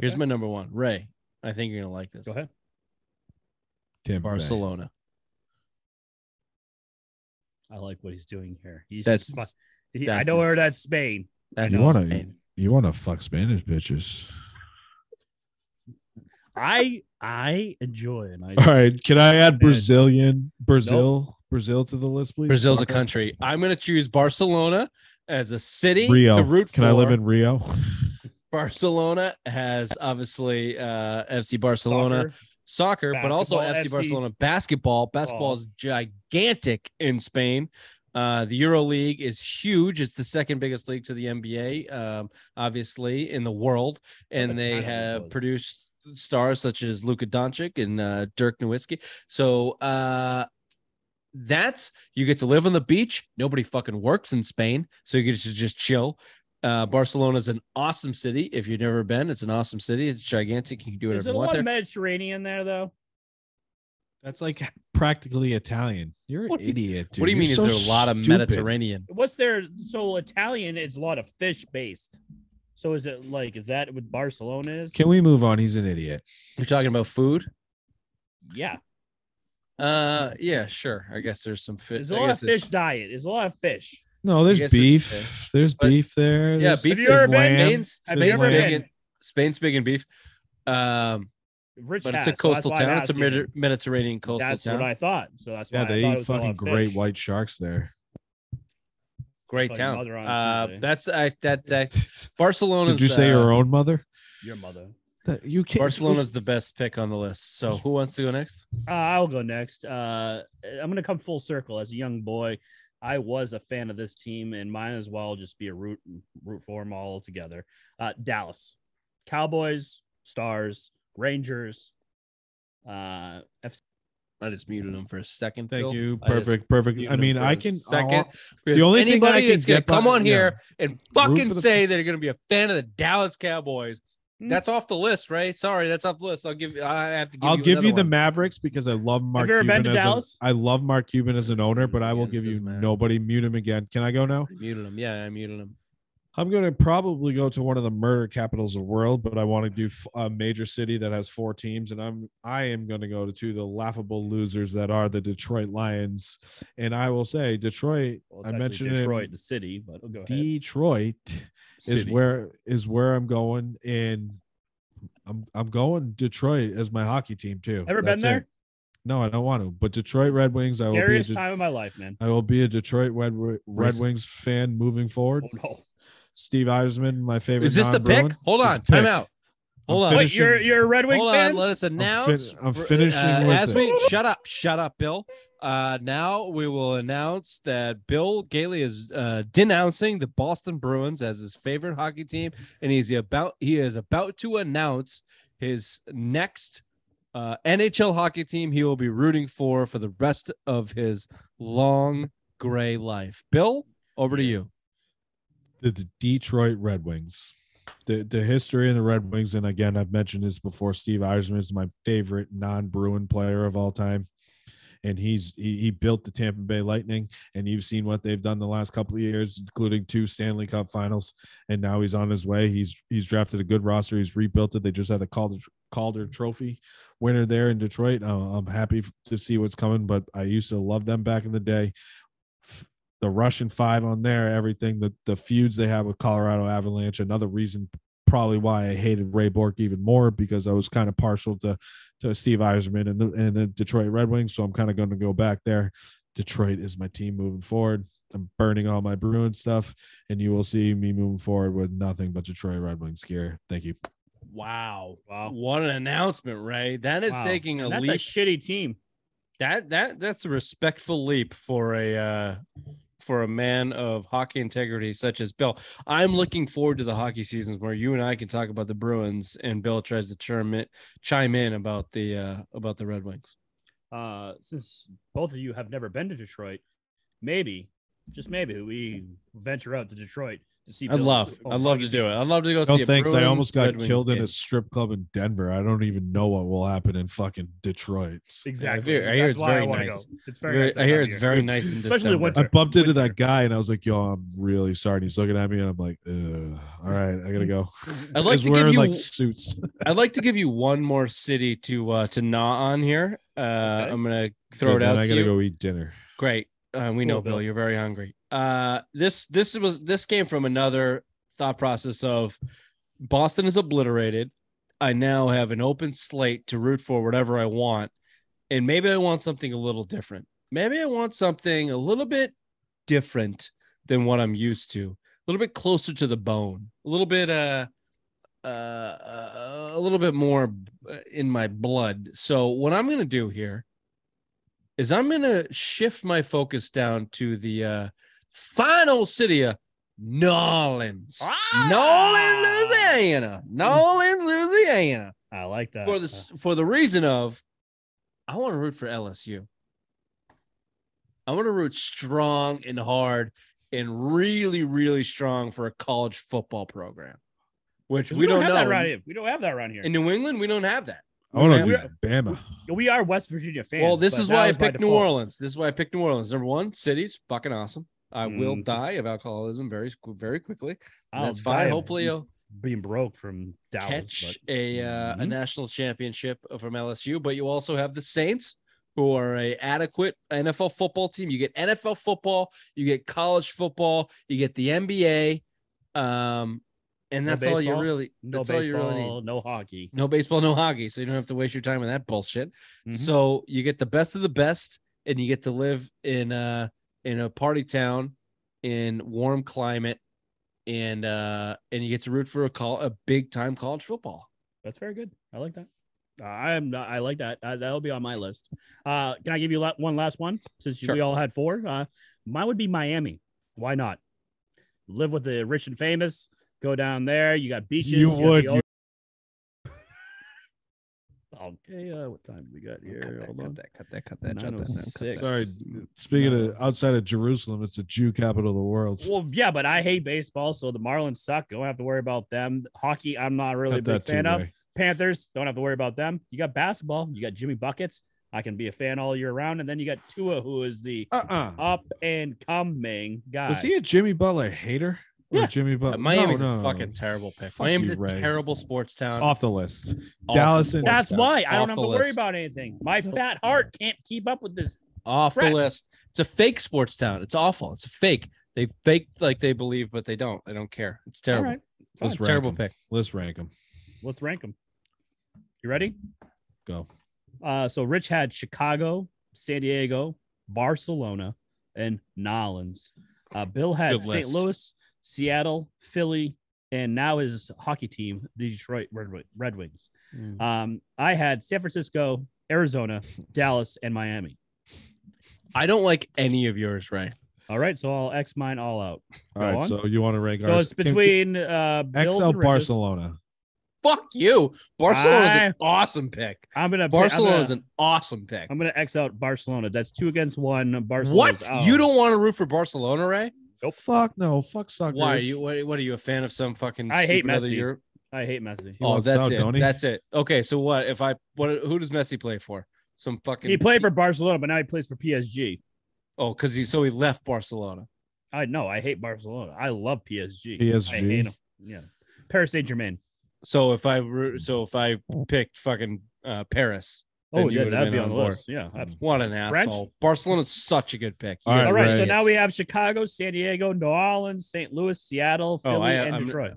Speaker 3: Here's
Speaker 4: Okay.
Speaker 3: my number one, Ray. I think you're gonna like this.
Speaker 4: Go ahead.
Speaker 2: Tampa Bay.
Speaker 3: Barcelona.
Speaker 4: I like what he's doing here. He's
Speaker 3: That's
Speaker 4: fu- he-
Speaker 3: that
Speaker 4: I know where
Speaker 3: is-
Speaker 4: that's Spain.
Speaker 3: that's
Speaker 2: You wanna-
Speaker 3: Spain.
Speaker 2: You want to fuck Spanish bitches?
Speaker 4: I I enjoy it. I,
Speaker 2: All right. Can I add
Speaker 4: Man.
Speaker 2: Brazilian, Brazil, Brazil to the list, please?
Speaker 3: Brazil's a
Speaker 2: Soccer?
Speaker 3: country. I'm going to choose Barcelona as a city
Speaker 2: Rio.
Speaker 3: to root
Speaker 2: Can
Speaker 3: for.
Speaker 2: I live in Rio?
Speaker 3: Barcelona has obviously uh, FC Barcelona
Speaker 4: soccer.
Speaker 3: soccer, but also
Speaker 4: Basketball,
Speaker 3: FC,
Speaker 4: FC
Speaker 3: Barcelona basketball. Basketball
Speaker 4: Ball.
Speaker 3: is gigantic in Spain.
Speaker 1: Uh, the Euro League is huge. It's the second biggest league to the NBA, um, obviously in the world,
Speaker 4: the
Speaker 1: and they
Speaker 4: time it
Speaker 1: have
Speaker 4: was.
Speaker 1: produced stars such as Luka Doncic and uh, Dirk Nowitzki. So uh, that's you get to live on the beach. Nobody fucking works in Spain, so you get to just chill. Uh, Barcelona is an awesome city. If you've never been, it's an awesome city. It's gigantic. You can do
Speaker 4: Is
Speaker 1: whatever
Speaker 4: there
Speaker 1: you want
Speaker 4: one
Speaker 1: there.
Speaker 4: Mediterranean there though?
Speaker 2: That's like practically Italian. You're an
Speaker 1: What do you-
Speaker 2: idiot. Dude.
Speaker 1: what do you mean?
Speaker 2: You're
Speaker 1: Is
Speaker 2: so
Speaker 1: there a lot of
Speaker 2: stupid.
Speaker 1: Mediterranean?
Speaker 4: What's there? So Italian is a lot of fish based. So is it like is that what Barcelona is?
Speaker 2: Can we move on? He's an idiot.
Speaker 1: You're talking about food?
Speaker 4: yeah,
Speaker 1: Uh, yeah, sure. I guess there's some fish.
Speaker 4: there's a lot of fish diet. There's a lot of fish.
Speaker 2: No,
Speaker 1: guess
Speaker 2: there's
Speaker 1: it's
Speaker 2: beef.
Speaker 1: fish,
Speaker 2: There's
Speaker 1: but-
Speaker 2: beef there.
Speaker 1: Yeah,
Speaker 2: there's-
Speaker 1: beef
Speaker 4: Have you ever been?
Speaker 1: is
Speaker 2: lamb.
Speaker 1: Spain's,
Speaker 2: Have
Speaker 4: you
Speaker 1: Spain's
Speaker 4: ever
Speaker 1: big
Speaker 4: been?
Speaker 1: in Spain's big in beef. Um,
Speaker 4: Rich,
Speaker 1: but
Speaker 4: has,
Speaker 1: it's a
Speaker 4: so that's
Speaker 1: coastal
Speaker 4: why I'm
Speaker 1: town. It's a
Speaker 4: asking.
Speaker 1: Medi- Mediterranean coastal
Speaker 4: That's
Speaker 1: town.
Speaker 4: what I thought. So that's
Speaker 2: Yeah,
Speaker 4: why I
Speaker 2: they
Speaker 4: thought it
Speaker 2: eat
Speaker 4: was a lot
Speaker 2: fucking
Speaker 4: of
Speaker 2: great
Speaker 4: fish.
Speaker 2: white sharks there.
Speaker 1: Great
Speaker 4: Like
Speaker 1: town.
Speaker 4: mother on
Speaker 1: Uh,
Speaker 4: Tuesday.
Speaker 1: that's I, that that
Speaker 2: Did
Speaker 1: Barcelona's.
Speaker 2: you say
Speaker 1: uh,
Speaker 2: your own mother?
Speaker 4: Your mother.
Speaker 2: That- You can't.
Speaker 1: Barcelona's the best pick on the list. So who wants to go next?
Speaker 4: Uh, I'll go next. Uh, I'm going to come full circle. As a young boy, I was a fan of this team, and might as well just be a root root for them all together. Uh, Dallas, Cowboys, Stars, Rangers. Uh, FC.
Speaker 1: I just muted him for a second.
Speaker 2: Thank
Speaker 1: Bill.
Speaker 2: you.
Speaker 1: I just
Speaker 2: Perfect. Perfect.
Speaker 1: muted
Speaker 2: I
Speaker 1: him
Speaker 2: mean,
Speaker 1: for
Speaker 2: I
Speaker 1: a
Speaker 2: can.
Speaker 1: second.
Speaker 2: The only thing I
Speaker 1: anybody
Speaker 2: can
Speaker 1: that's gonna
Speaker 2: get
Speaker 1: come
Speaker 2: by-
Speaker 1: on
Speaker 2: yeah.
Speaker 1: here and
Speaker 2: for
Speaker 1: fucking
Speaker 2: the-
Speaker 1: say they're gonna be a fan of the Dallas Cowboys.
Speaker 4: Mm.
Speaker 1: That's off the list, right? Sorry, that's off the list. I'll give you. I have to. Give
Speaker 2: I'll
Speaker 1: you
Speaker 2: give
Speaker 1: another
Speaker 2: you the
Speaker 1: one.
Speaker 2: Mavericks because I love Mark
Speaker 4: you ever been
Speaker 2: Cuban.
Speaker 4: to
Speaker 2: as a-
Speaker 4: Dallas?
Speaker 2: I love Mark Cuban as an owner, but I will
Speaker 1: Again, it
Speaker 2: give you
Speaker 1: doesn't matter.
Speaker 2: nobody. Mute him again. Can I go now?
Speaker 1: I muted him. Yeah, I muted him.
Speaker 2: I'm going to probably go to one of the murder capitals of the world, but I want to do f- a major city that has four teams, and I'm I am going to go to two of the laughable losers that are the Detroit Lions, and I will say Detroit.
Speaker 4: Well,
Speaker 2: I
Speaker 4: actually
Speaker 2: mentioned it-
Speaker 4: Detroit, the city, but oh, go ahead.
Speaker 2: Detroit is
Speaker 1: City.
Speaker 2: where is where I'm going, and I'm I'm going Detroit as my hockey team too.
Speaker 4: Ever
Speaker 2: That's
Speaker 4: been
Speaker 2: it.
Speaker 4: there?
Speaker 2: No, I don't want to. But Detroit Red Wings, I will be. A
Speaker 4: Scariest
Speaker 2: De-
Speaker 4: time of my life, man.
Speaker 2: I will be a Detroit Red, Red
Speaker 1: Racist.
Speaker 2: Wings fan moving forward.
Speaker 4: Oh no!
Speaker 2: Steve Eisman, my favorite.
Speaker 1: Is this the pick?
Speaker 2: non-Bruin.
Speaker 1: Hold
Speaker 2: It's
Speaker 1: on.
Speaker 2: the
Speaker 1: Time
Speaker 2: pick.
Speaker 1: out. Hold
Speaker 2: I'm
Speaker 1: on.
Speaker 4: Wait, you're you're a Red Wings
Speaker 1: Hold on.
Speaker 4: fan?
Speaker 1: Let us announce.
Speaker 2: fin- I'm
Speaker 1: for-
Speaker 2: finishing
Speaker 1: uh,
Speaker 2: with
Speaker 1: as
Speaker 2: it.
Speaker 1: we shut up, shut up, Bill. Uh, now we will announce that Bill Gailey is uh, denouncing the Boston Bruins as his favorite hockey team, and he's about he is about to announce his next uh, NHL hockey team he will be rooting for for the rest of his long gray life. Bill, over to you.
Speaker 2: the, the Detroit Red Wings. The the history of the Red Wings, and again, I've mentioned this before. Steve Eisman is my favorite non-Bruin player of all time, and he's he, he built the Tampa Bay Lightning, and you've seen what they've done the last couple of years, including two Stanley Cup Finals, and now he's on his way. He's he's drafted a good roster. He's rebuilt it. They just had the Calder Calder Trophy winner there in Detroit. Uh, I'm happy to see what's coming, but I used to love them back in the day the Russian five on there, everything, the, the feuds they have with Colorado Avalanche, another reason probably why I hated Ray Bork even more because I was kind of partial to to Steve Eiserman and the and the Detroit Red Wings. So I'm kind of going to go back there. Detroit is my team moving forward. I'm burning all my Bruin stuff, and you will see me moving forward with nothing but Detroit Red Wings gear. Thank you.
Speaker 1: Wow.
Speaker 4: Wow.
Speaker 1: What an announcement, Ray. That is
Speaker 4: Wow.
Speaker 1: taking a
Speaker 4: And that's
Speaker 1: leap.
Speaker 4: a shitty team.
Speaker 1: that that that's a respectful leap for a uh for a man of hockey integrity such as Bill. I'm looking forward to the hockey seasons where you and I can talk about the Bruins and Bill tries to chime in, chime in about the uh about the Red Wings.
Speaker 4: uh, since both of you have never been to Detroit, maybe, just maybe, we venture out to Detroit to see.
Speaker 1: I'd love
Speaker 4: Oh,
Speaker 1: I'd love to do it. I'd love to go
Speaker 2: No
Speaker 1: see a
Speaker 2: thanks. I
Speaker 1: Bruins,
Speaker 2: almost got
Speaker 1: Red Wings
Speaker 2: killed in
Speaker 1: game.
Speaker 2: a strip club in Denver. I don't even know what will happen in fucking Detroit.
Speaker 4: Exactly.
Speaker 1: I hear- I hear
Speaker 4: That's
Speaker 1: it's
Speaker 4: why
Speaker 1: very
Speaker 4: I wanna
Speaker 1: nice.
Speaker 4: Go. It's very.
Speaker 1: Very-
Speaker 4: nice
Speaker 1: I hear
Speaker 4: out
Speaker 1: it's
Speaker 4: here.
Speaker 1: very nice in
Speaker 4: Especially
Speaker 1: December.
Speaker 4: winter.
Speaker 2: I bumped into
Speaker 4: Winter.
Speaker 2: that guy and I was like, "Yo, I'm really sorry." And he's looking at me and I'm like, Ugh, "All right, I gotta go."
Speaker 1: I'd like
Speaker 2: He's
Speaker 1: to give
Speaker 2: wearing,
Speaker 1: you
Speaker 2: like suits.
Speaker 1: I'd like to give you one more city to uh to gnaw on here. Uh
Speaker 4: Okay.
Speaker 1: I'm gonna throw
Speaker 2: And
Speaker 1: it out
Speaker 2: then I
Speaker 1: to
Speaker 2: gotta
Speaker 1: you.
Speaker 2: go eat dinner.
Speaker 1: Great. Uh, we know,
Speaker 4: Cool,
Speaker 1: Bill.
Speaker 4: Bill.
Speaker 1: You're very hungry. Uh, this this was this came from another thought process of Boston is obliterated. I now have an open slate to root for whatever I want, and maybe I want something a little different. Maybe I want something a little bit different than what I'm used to. A little bit closer to the bone. A little bit uh uh, a little bit more in my blood. So what I'm going to do here is I'm gonna shift my focus down to the uh, final city of Nolens,
Speaker 3: Ah!
Speaker 1: Nolens, Louisiana, Nolens, Louisiana,
Speaker 4: I like that.
Speaker 1: for the s- for the reason of I want to root for LSU. I want to root strong and hard and really, really strong for a college football program, which
Speaker 4: 'Cause
Speaker 1: we, don't,
Speaker 4: have
Speaker 1: know.
Speaker 4: that around here. We don't have that around here.
Speaker 1: In New England, we don't have that.
Speaker 2: I want
Speaker 4: We're-
Speaker 2: to be Bama.
Speaker 4: we are West Virginia fans.
Speaker 1: Well, this
Speaker 4: but
Speaker 1: is
Speaker 4: that
Speaker 1: why I
Speaker 4: was by
Speaker 1: picked New
Speaker 4: default.
Speaker 1: Orleans. This is why I picked New Orleans. Number one, cities fucking awesome. I will
Speaker 4: Mhm.
Speaker 1: die of alcoholism very very quickly.
Speaker 4: I'll
Speaker 1: That's
Speaker 4: die
Speaker 1: fine.
Speaker 4: of
Speaker 1: Hopefully, I'll
Speaker 4: being broke from Dallas.
Speaker 1: catch a uh, a
Speaker 4: Mhm.
Speaker 1: national championship from LSU. But you also have the Saints, who are a adequate NFL football team. You get NFL football, you get college football, you get the NBA, um, and
Speaker 4: No
Speaker 1: that's all you
Speaker 4: baseball?
Speaker 1: really.
Speaker 4: No
Speaker 1: that's all you
Speaker 4: baseball,
Speaker 1: really need.
Speaker 4: no hockey.
Speaker 1: No baseball, no hockey, so you don't have to waste your time with that bullshit.
Speaker 4: Mhm.
Speaker 1: So you get the best of the best, and you get to live in a in a party town, in warm climate, and uh and you get to root for a call a big time college football.
Speaker 4: That's very good. I like that. Uh, I am. not- I like that. Uh, that'll be on my list. Uh, can I give you la- one last one since you- we
Speaker 1: Sure.
Speaker 4: all had four? Uh, mine would be Miami. Why not? Live with the rich and famous. Go down there. You got beaches.
Speaker 2: You
Speaker 4: got the
Speaker 2: would, you-
Speaker 4: ocean. okay. Uh, what time do we got here?
Speaker 1: cut, that,
Speaker 4: Hold
Speaker 1: cut
Speaker 4: on.
Speaker 1: that, cut that, cut that, jot that down, cut
Speaker 4: 906.
Speaker 1: that.
Speaker 2: Sorry. Speaking of outside of Jerusalem, it's the Jew capital of the world.
Speaker 4: Well, yeah, but I hate baseball, so the Marlins suck. Don't have to worry about them. Hockey, I'm not really a
Speaker 2: Cut
Speaker 4: big
Speaker 2: that
Speaker 4: fan
Speaker 2: too,
Speaker 4: of.
Speaker 2: Ray.
Speaker 4: Panthers, don't have to worry about them. You got basketball, you got Jimmy Buckets. I can be a fan all year round. And then you got Tua, who is the
Speaker 2: Uh-uh.
Speaker 4: up and coming guy.
Speaker 2: Was he a Jimmy Butler hater? Or
Speaker 4: Yeah.
Speaker 2: Jimmy Butler.
Speaker 1: Uh, Miami's
Speaker 2: no, no,
Speaker 1: a
Speaker 2: no.
Speaker 1: fucking terrible pick.
Speaker 2: Fuck
Speaker 1: Miami's
Speaker 2: you,
Speaker 1: a
Speaker 2: Ray.
Speaker 1: terrible sports town.
Speaker 2: off the list.
Speaker 1: Awful
Speaker 2: Dallas and-
Speaker 1: sports
Speaker 4: That's
Speaker 1: town.
Speaker 4: why I
Speaker 1: Off
Speaker 4: don't have
Speaker 1: the
Speaker 4: to worry
Speaker 1: list.
Speaker 4: about anything. My fat heart can't keep up with this.
Speaker 1: off the
Speaker 4: Crap.
Speaker 1: list. It's a fake sports town. It's awful. It's a fake. They fake like they believe, but they don't. They don't care. It's terrible.
Speaker 4: All right,
Speaker 1: It's
Speaker 2: Let's
Speaker 1: a
Speaker 2: rank
Speaker 1: terrible
Speaker 2: them.
Speaker 1: pick.
Speaker 2: Let's rank them.
Speaker 4: let's rank them. You ready?
Speaker 2: Go.
Speaker 4: Uh, so Rich had Chicago, San Diego, Barcelona, and Nolans. Uh, Bill had
Speaker 1: Good
Speaker 4: St.
Speaker 1: list.
Speaker 4: Louis, Seattle, Philly, and now his hockey team, the Detroit Red, Wi- Red Wings.
Speaker 2: Hmm.
Speaker 4: Um, I had San Francisco, Arizona, Dallas, and Miami.
Speaker 1: I don't like any of yours, Ray.
Speaker 4: All right, so I'll X mine all out.
Speaker 2: All
Speaker 4: Go
Speaker 2: right.
Speaker 4: on.
Speaker 2: So you want to rank
Speaker 4: So
Speaker 2: ours?
Speaker 4: it's
Speaker 2: Can-
Speaker 4: between uh,
Speaker 2: can-
Speaker 4: Bills
Speaker 2: XL
Speaker 4: and Ridges.
Speaker 2: Barcelona.
Speaker 1: Fuck you. Barcelona's
Speaker 4: I-
Speaker 1: an awesome pick.
Speaker 4: I'm gonna
Speaker 1: Barcelona's
Speaker 4: I'm gonna,
Speaker 1: an awesome pick.
Speaker 4: I'm gonna X out Barcelona. That's two against one. Barcelona.
Speaker 1: What? You don't want to root for Barcelona, Ray?
Speaker 4: Nope.
Speaker 2: Fuck no. Fuck soccer.
Speaker 1: Why are you? What, what are you a fan of? Some fucking
Speaker 4: I hate
Speaker 1: stupid other
Speaker 4: Messi.
Speaker 1: Europe?
Speaker 4: I hate Messi.
Speaker 2: He
Speaker 1: oh,
Speaker 2: wants
Speaker 1: that's
Speaker 2: out,
Speaker 1: it.
Speaker 2: don't he?
Speaker 1: That's it. Okay, so what? If I what? Who does Messi play for? Some fucking.
Speaker 4: He played for Barcelona, but now he plays for PSG.
Speaker 1: Oh, because he so he left Barcelona.
Speaker 4: I know. I hate Barcelona. I love PSG. I
Speaker 2: PSG.
Speaker 4: hate 'em. Yeah. Paris Saint Germain.
Speaker 1: So if I root- so if I picked fucking uh, Paris, Then
Speaker 4: Oh,
Speaker 1: you
Speaker 4: yeah,
Speaker 1: would've
Speaker 4: that'd
Speaker 1: been
Speaker 4: be
Speaker 1: on
Speaker 4: on the
Speaker 1: board.
Speaker 4: list. Yeah. abs-
Speaker 1: what an
Speaker 4: French?
Speaker 1: asshole! Barcelona's such a good pick. You
Speaker 2: All
Speaker 1: guys
Speaker 2: right,
Speaker 4: All
Speaker 1: are
Speaker 4: right.
Speaker 2: Ray.
Speaker 4: So now
Speaker 1: idiots.
Speaker 4: we have Chicago, San Diego, New Orleans, St. Louis, Seattle,
Speaker 1: Oh,
Speaker 4: Philly,
Speaker 1: I-
Speaker 4: and
Speaker 1: I'm-
Speaker 4: Detroit.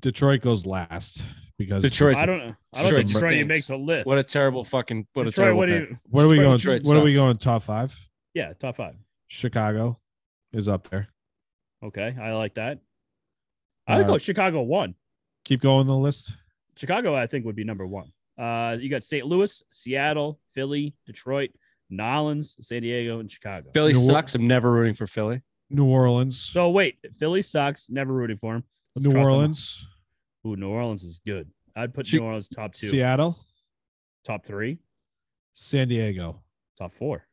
Speaker 2: Detroit goes last because
Speaker 1: Detroit-
Speaker 4: I don't know. I don't
Speaker 1: Detroit
Speaker 4: think Detroit even makes
Speaker 1: stinks.
Speaker 4: a list.
Speaker 1: what a terrible fucking what a
Speaker 4: Detroit,
Speaker 1: terrible
Speaker 4: what do
Speaker 1: pick.
Speaker 4: you,
Speaker 2: Where are we going?
Speaker 1: Detroit
Speaker 2: What are we
Speaker 1: sucks.
Speaker 2: going? Top five.
Speaker 4: yeah, top five.
Speaker 2: Chicago is up there.
Speaker 4: Okay. I like that. I would
Speaker 2: Uh,
Speaker 4: go Chicago one.
Speaker 2: Keep going on the list.
Speaker 4: Chicago, I think, would be number one. Uh, you got St. Louis, Seattle, Philly, Detroit, Nolans, San Diego, and Chicago.
Speaker 1: Philly
Speaker 2: You know what-
Speaker 1: sucks. I'm never rooting for Philly.
Speaker 2: New Orleans.
Speaker 4: So wait, Philly sucks. Never rooting for him. Let's
Speaker 2: New
Speaker 4: drop them off.
Speaker 2: Orleans.
Speaker 4: Ooh, New Orleans is good. I'd put
Speaker 1: Chi-
Speaker 4: New Orleans top two,
Speaker 2: Seattle.
Speaker 4: top three,
Speaker 2: San Diego.
Speaker 4: top four.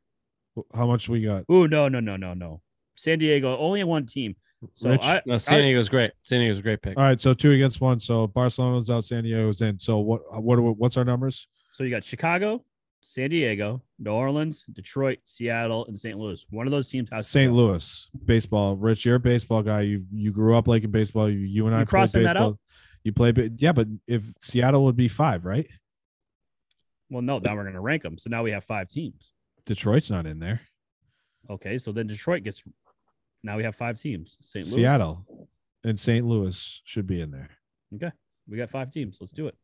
Speaker 2: Wh- How much we got?
Speaker 4: Ooh, no, no, no, no, no. San Diego only one team. So
Speaker 2: Rich.
Speaker 4: I,
Speaker 1: No, San Diego's great. San Diego's a great pick.
Speaker 2: All right, so two against one. So Barcelona's out, San Diego's in. So what? uh, What? are- What's our numbers?
Speaker 4: so you got Chicago, San Diego, New Orleans, Detroit, Seattle, and St. Louis. One of those teams has to
Speaker 2: St.
Speaker 4: go.
Speaker 2: Louis baseball. Rich, you're a baseball guy. You you grew up liking baseball. You you and I
Speaker 4: You
Speaker 2: played
Speaker 4: crossing that
Speaker 2: baseball.
Speaker 4: out?
Speaker 2: You play, ba- yeah, but if Seattle would be five, right?
Speaker 4: Well, no, now we're gonna rank them. So now we have five teams.
Speaker 2: Detroit's not in there.
Speaker 4: Okay, so then Detroit gets. Now we have five teams. St. Louis,
Speaker 2: Seattle and St. Louis should be in there.
Speaker 4: We got five teams. Let's do it.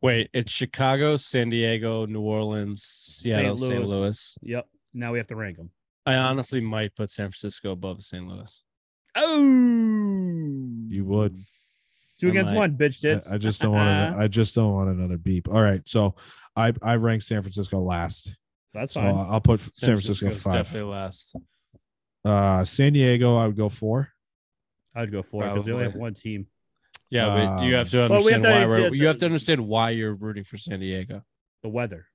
Speaker 1: Wait, it's Chicago, San Diego, New Orleans, Seattle, St.
Speaker 4: Louis.
Speaker 1: Louis.
Speaker 4: Yep. Now we have to rank them.
Speaker 1: I honestly might put San Francisco above St. Louis.
Speaker 4: Oh.
Speaker 2: You would.
Speaker 4: Two
Speaker 3: I
Speaker 4: against
Speaker 3: might.
Speaker 4: one, bitch tits.
Speaker 2: I, I just don't want. to. I just don't want another beep. All right, so I I rank San Francisco last.
Speaker 4: That's
Speaker 2: So
Speaker 4: fine.
Speaker 2: I'll put San Francisco,
Speaker 1: Francisco's
Speaker 2: five.
Speaker 1: Definitely last.
Speaker 2: Uh, San Diego, I would go four.
Speaker 4: I'd go four because they only have
Speaker 3: Probably.
Speaker 4: one team.
Speaker 1: Yeah, but you
Speaker 2: Um,
Speaker 1: have to
Speaker 4: Well, we have
Speaker 1: understand
Speaker 4: to
Speaker 1: why
Speaker 4: understand
Speaker 1: we're, you have
Speaker 4: the-
Speaker 1: to understand why you're rooting for San Diego
Speaker 4: The weather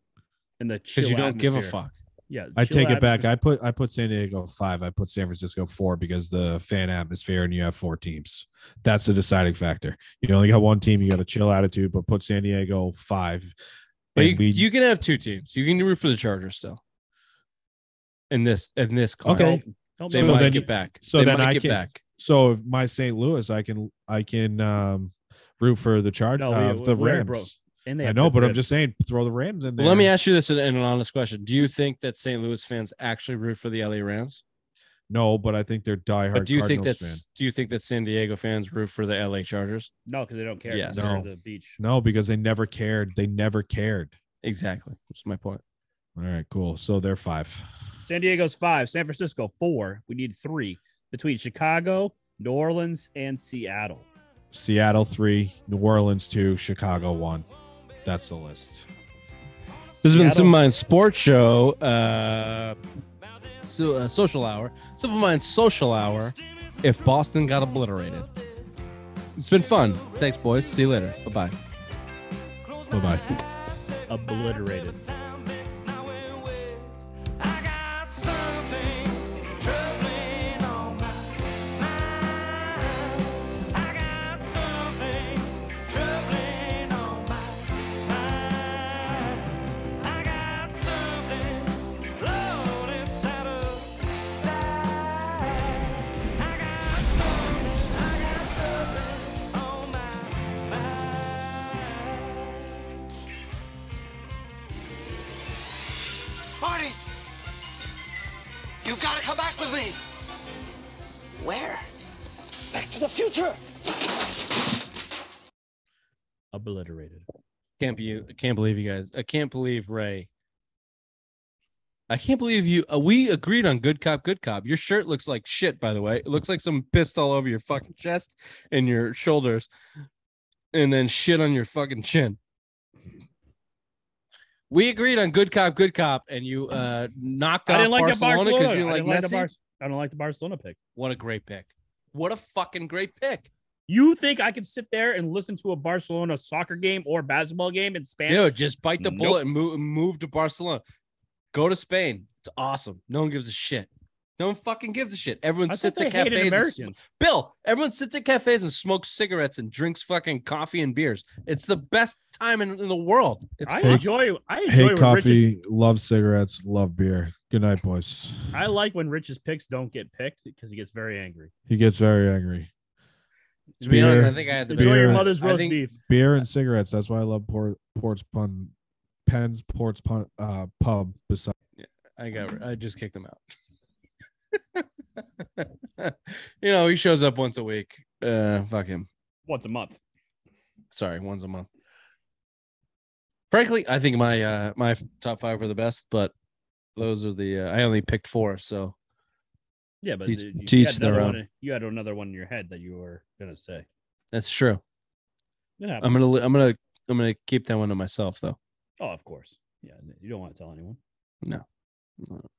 Speaker 4: and the chill
Speaker 1: because you don't give a
Speaker 4: atmosphere.
Speaker 1: fuck.
Speaker 4: Yeah,
Speaker 2: I
Speaker 4: chill
Speaker 2: take it back.
Speaker 4: atmosphere.
Speaker 2: I put I put San Diego five. I put San Francisco four because the fan atmosphere and you have four teams. That's the deciding factor. You only got one team. You got a chill attitude, but put San Diego five.
Speaker 1: But you,
Speaker 2: and lead-
Speaker 1: you can have two teams. You can root for the Chargers still. In this, in this class,
Speaker 2: okay.
Speaker 4: Don't
Speaker 1: they
Speaker 2: So
Speaker 4: make
Speaker 1: might
Speaker 2: then-
Speaker 1: get back.
Speaker 2: so
Speaker 1: they
Speaker 2: then
Speaker 1: might
Speaker 2: I
Speaker 1: get
Speaker 2: can-
Speaker 1: back.
Speaker 2: So if my St. Louis, I can I can um root for the Chargers.
Speaker 4: No, we-
Speaker 2: uh, the
Speaker 4: we're
Speaker 2: Rams.
Speaker 4: broke. And they
Speaker 2: I
Speaker 4: have
Speaker 2: know,
Speaker 4: good
Speaker 2: but I'm
Speaker 4: ribs.
Speaker 2: just saying, throw the Rams in there.
Speaker 1: Well, let me ask you this in, in an honest question: Do you think that St. Louis fans actually root for the LA Rams,
Speaker 2: No, but I think they're diehard.
Speaker 1: but do you think
Speaker 2: Cardinals
Speaker 1: that's do you think that San Diego fans root for the LA Chargers?
Speaker 4: no, because they don't care.
Speaker 1: Yes.
Speaker 4: No.
Speaker 2: No.
Speaker 4: The beach.
Speaker 2: fan. no because they never cared. They never cared.
Speaker 1: Exactly. That's my point.
Speaker 2: All right, cool. So they're five.
Speaker 4: San Diego's five, San Francisco four. We need three between Chicago, New Orleans, and Seattle.
Speaker 2: Seattle three, New Orleans two, Chicago one. That's the list.
Speaker 1: This has been
Speaker 4: Seattle-
Speaker 1: Simple Mind Sports Show, uh, so, uh, Social Hour. Simple Mind Social Hour. If Boston got obliterated, it's been fun. Thanks, boys. See you later. Bye bye.
Speaker 2: Bye bye.
Speaker 4: Obliterated.
Speaker 5: I got something troubling on my mind. I got something troubling on my mind. I got something loaded satisfied. I got something, I got something on my mind.
Speaker 6: Marty! You've got to come back with me! Where? Back to the future!
Speaker 4: Obliterated.
Speaker 1: Can't be. I can't believe you guys. I can't believe Ray. I can't believe you. Uh, we agreed on good cop, good cop. Your shirt looks like shit, by the way. It looks like some pissed all over your fucking chest and your shoulders, and then shit on your fucking chin. We agreed on good cop, good cop, and you uh, knocked
Speaker 4: I
Speaker 1: off
Speaker 4: didn't like the
Speaker 1: Barcelona
Speaker 4: Barcelona.
Speaker 1: because you
Speaker 4: I
Speaker 1: didn't
Speaker 4: didn't
Speaker 1: like
Speaker 4: like the
Speaker 1: Messi.
Speaker 4: Bar- I don't like the Barcelona pick.
Speaker 1: what a great pick! What a fucking great pick,
Speaker 4: You think I could sit there and listen to a Barcelona soccer game or basketball game in Spanish?
Speaker 1: dude! Just bite the
Speaker 4: Nope.
Speaker 1: bullet and move, move to Barcelona. Go to Spain. It's awesome. No one gives a shit. No one fucking gives a shit. Everyone
Speaker 4: I thought
Speaker 1: sits
Speaker 4: they
Speaker 1: at
Speaker 4: hated
Speaker 1: cafes. and-
Speaker 4: Americans.
Speaker 1: Bill, everyone sits at cafes and smokes cigarettes and drinks fucking coffee and beers. It's the best time in, in the world. It's
Speaker 4: I
Speaker 2: Hey-
Speaker 4: enjoy. I enjoy
Speaker 2: Hate
Speaker 4: when
Speaker 2: coffee,
Speaker 4: Rich's,
Speaker 2: love cigarettes, love beer. Good night, boys.
Speaker 4: I like when Rich's picks don't get picked because he gets very angry.
Speaker 2: He gets very angry.
Speaker 1: to be honest,
Speaker 2: beer.
Speaker 1: I think I had the
Speaker 4: Enjoy
Speaker 1: best
Speaker 4: your
Speaker 2: beer.
Speaker 1: time.
Speaker 4: mother's
Speaker 1: I
Speaker 4: roast
Speaker 1: think-
Speaker 4: beef.
Speaker 2: Beer and cigarettes. That's why I love port, Ports Pun, Penn's Ports Pun uh, Pub. Beside
Speaker 1: I got. I just kicked him out. you know, he shows up once a week. Uh, fuck him.
Speaker 4: Once a month.
Speaker 1: Sorry, once a month. Frankly, I think my uh my top five were the best, but those are the uh, I only picked four, so
Speaker 4: Yeah, but
Speaker 1: Teach-
Speaker 4: you-
Speaker 1: to
Speaker 4: you,
Speaker 1: each
Speaker 4: had
Speaker 1: their
Speaker 4: another
Speaker 1: own.
Speaker 4: one- you had another one in your head that you were gonna say.
Speaker 1: that's true.
Speaker 4: It happened.
Speaker 1: I'm gonna li- I'm gonna I'm gonna keep that one to myself though.
Speaker 4: oh, of course. Yeah, you don't want to tell anyone.
Speaker 1: No. No.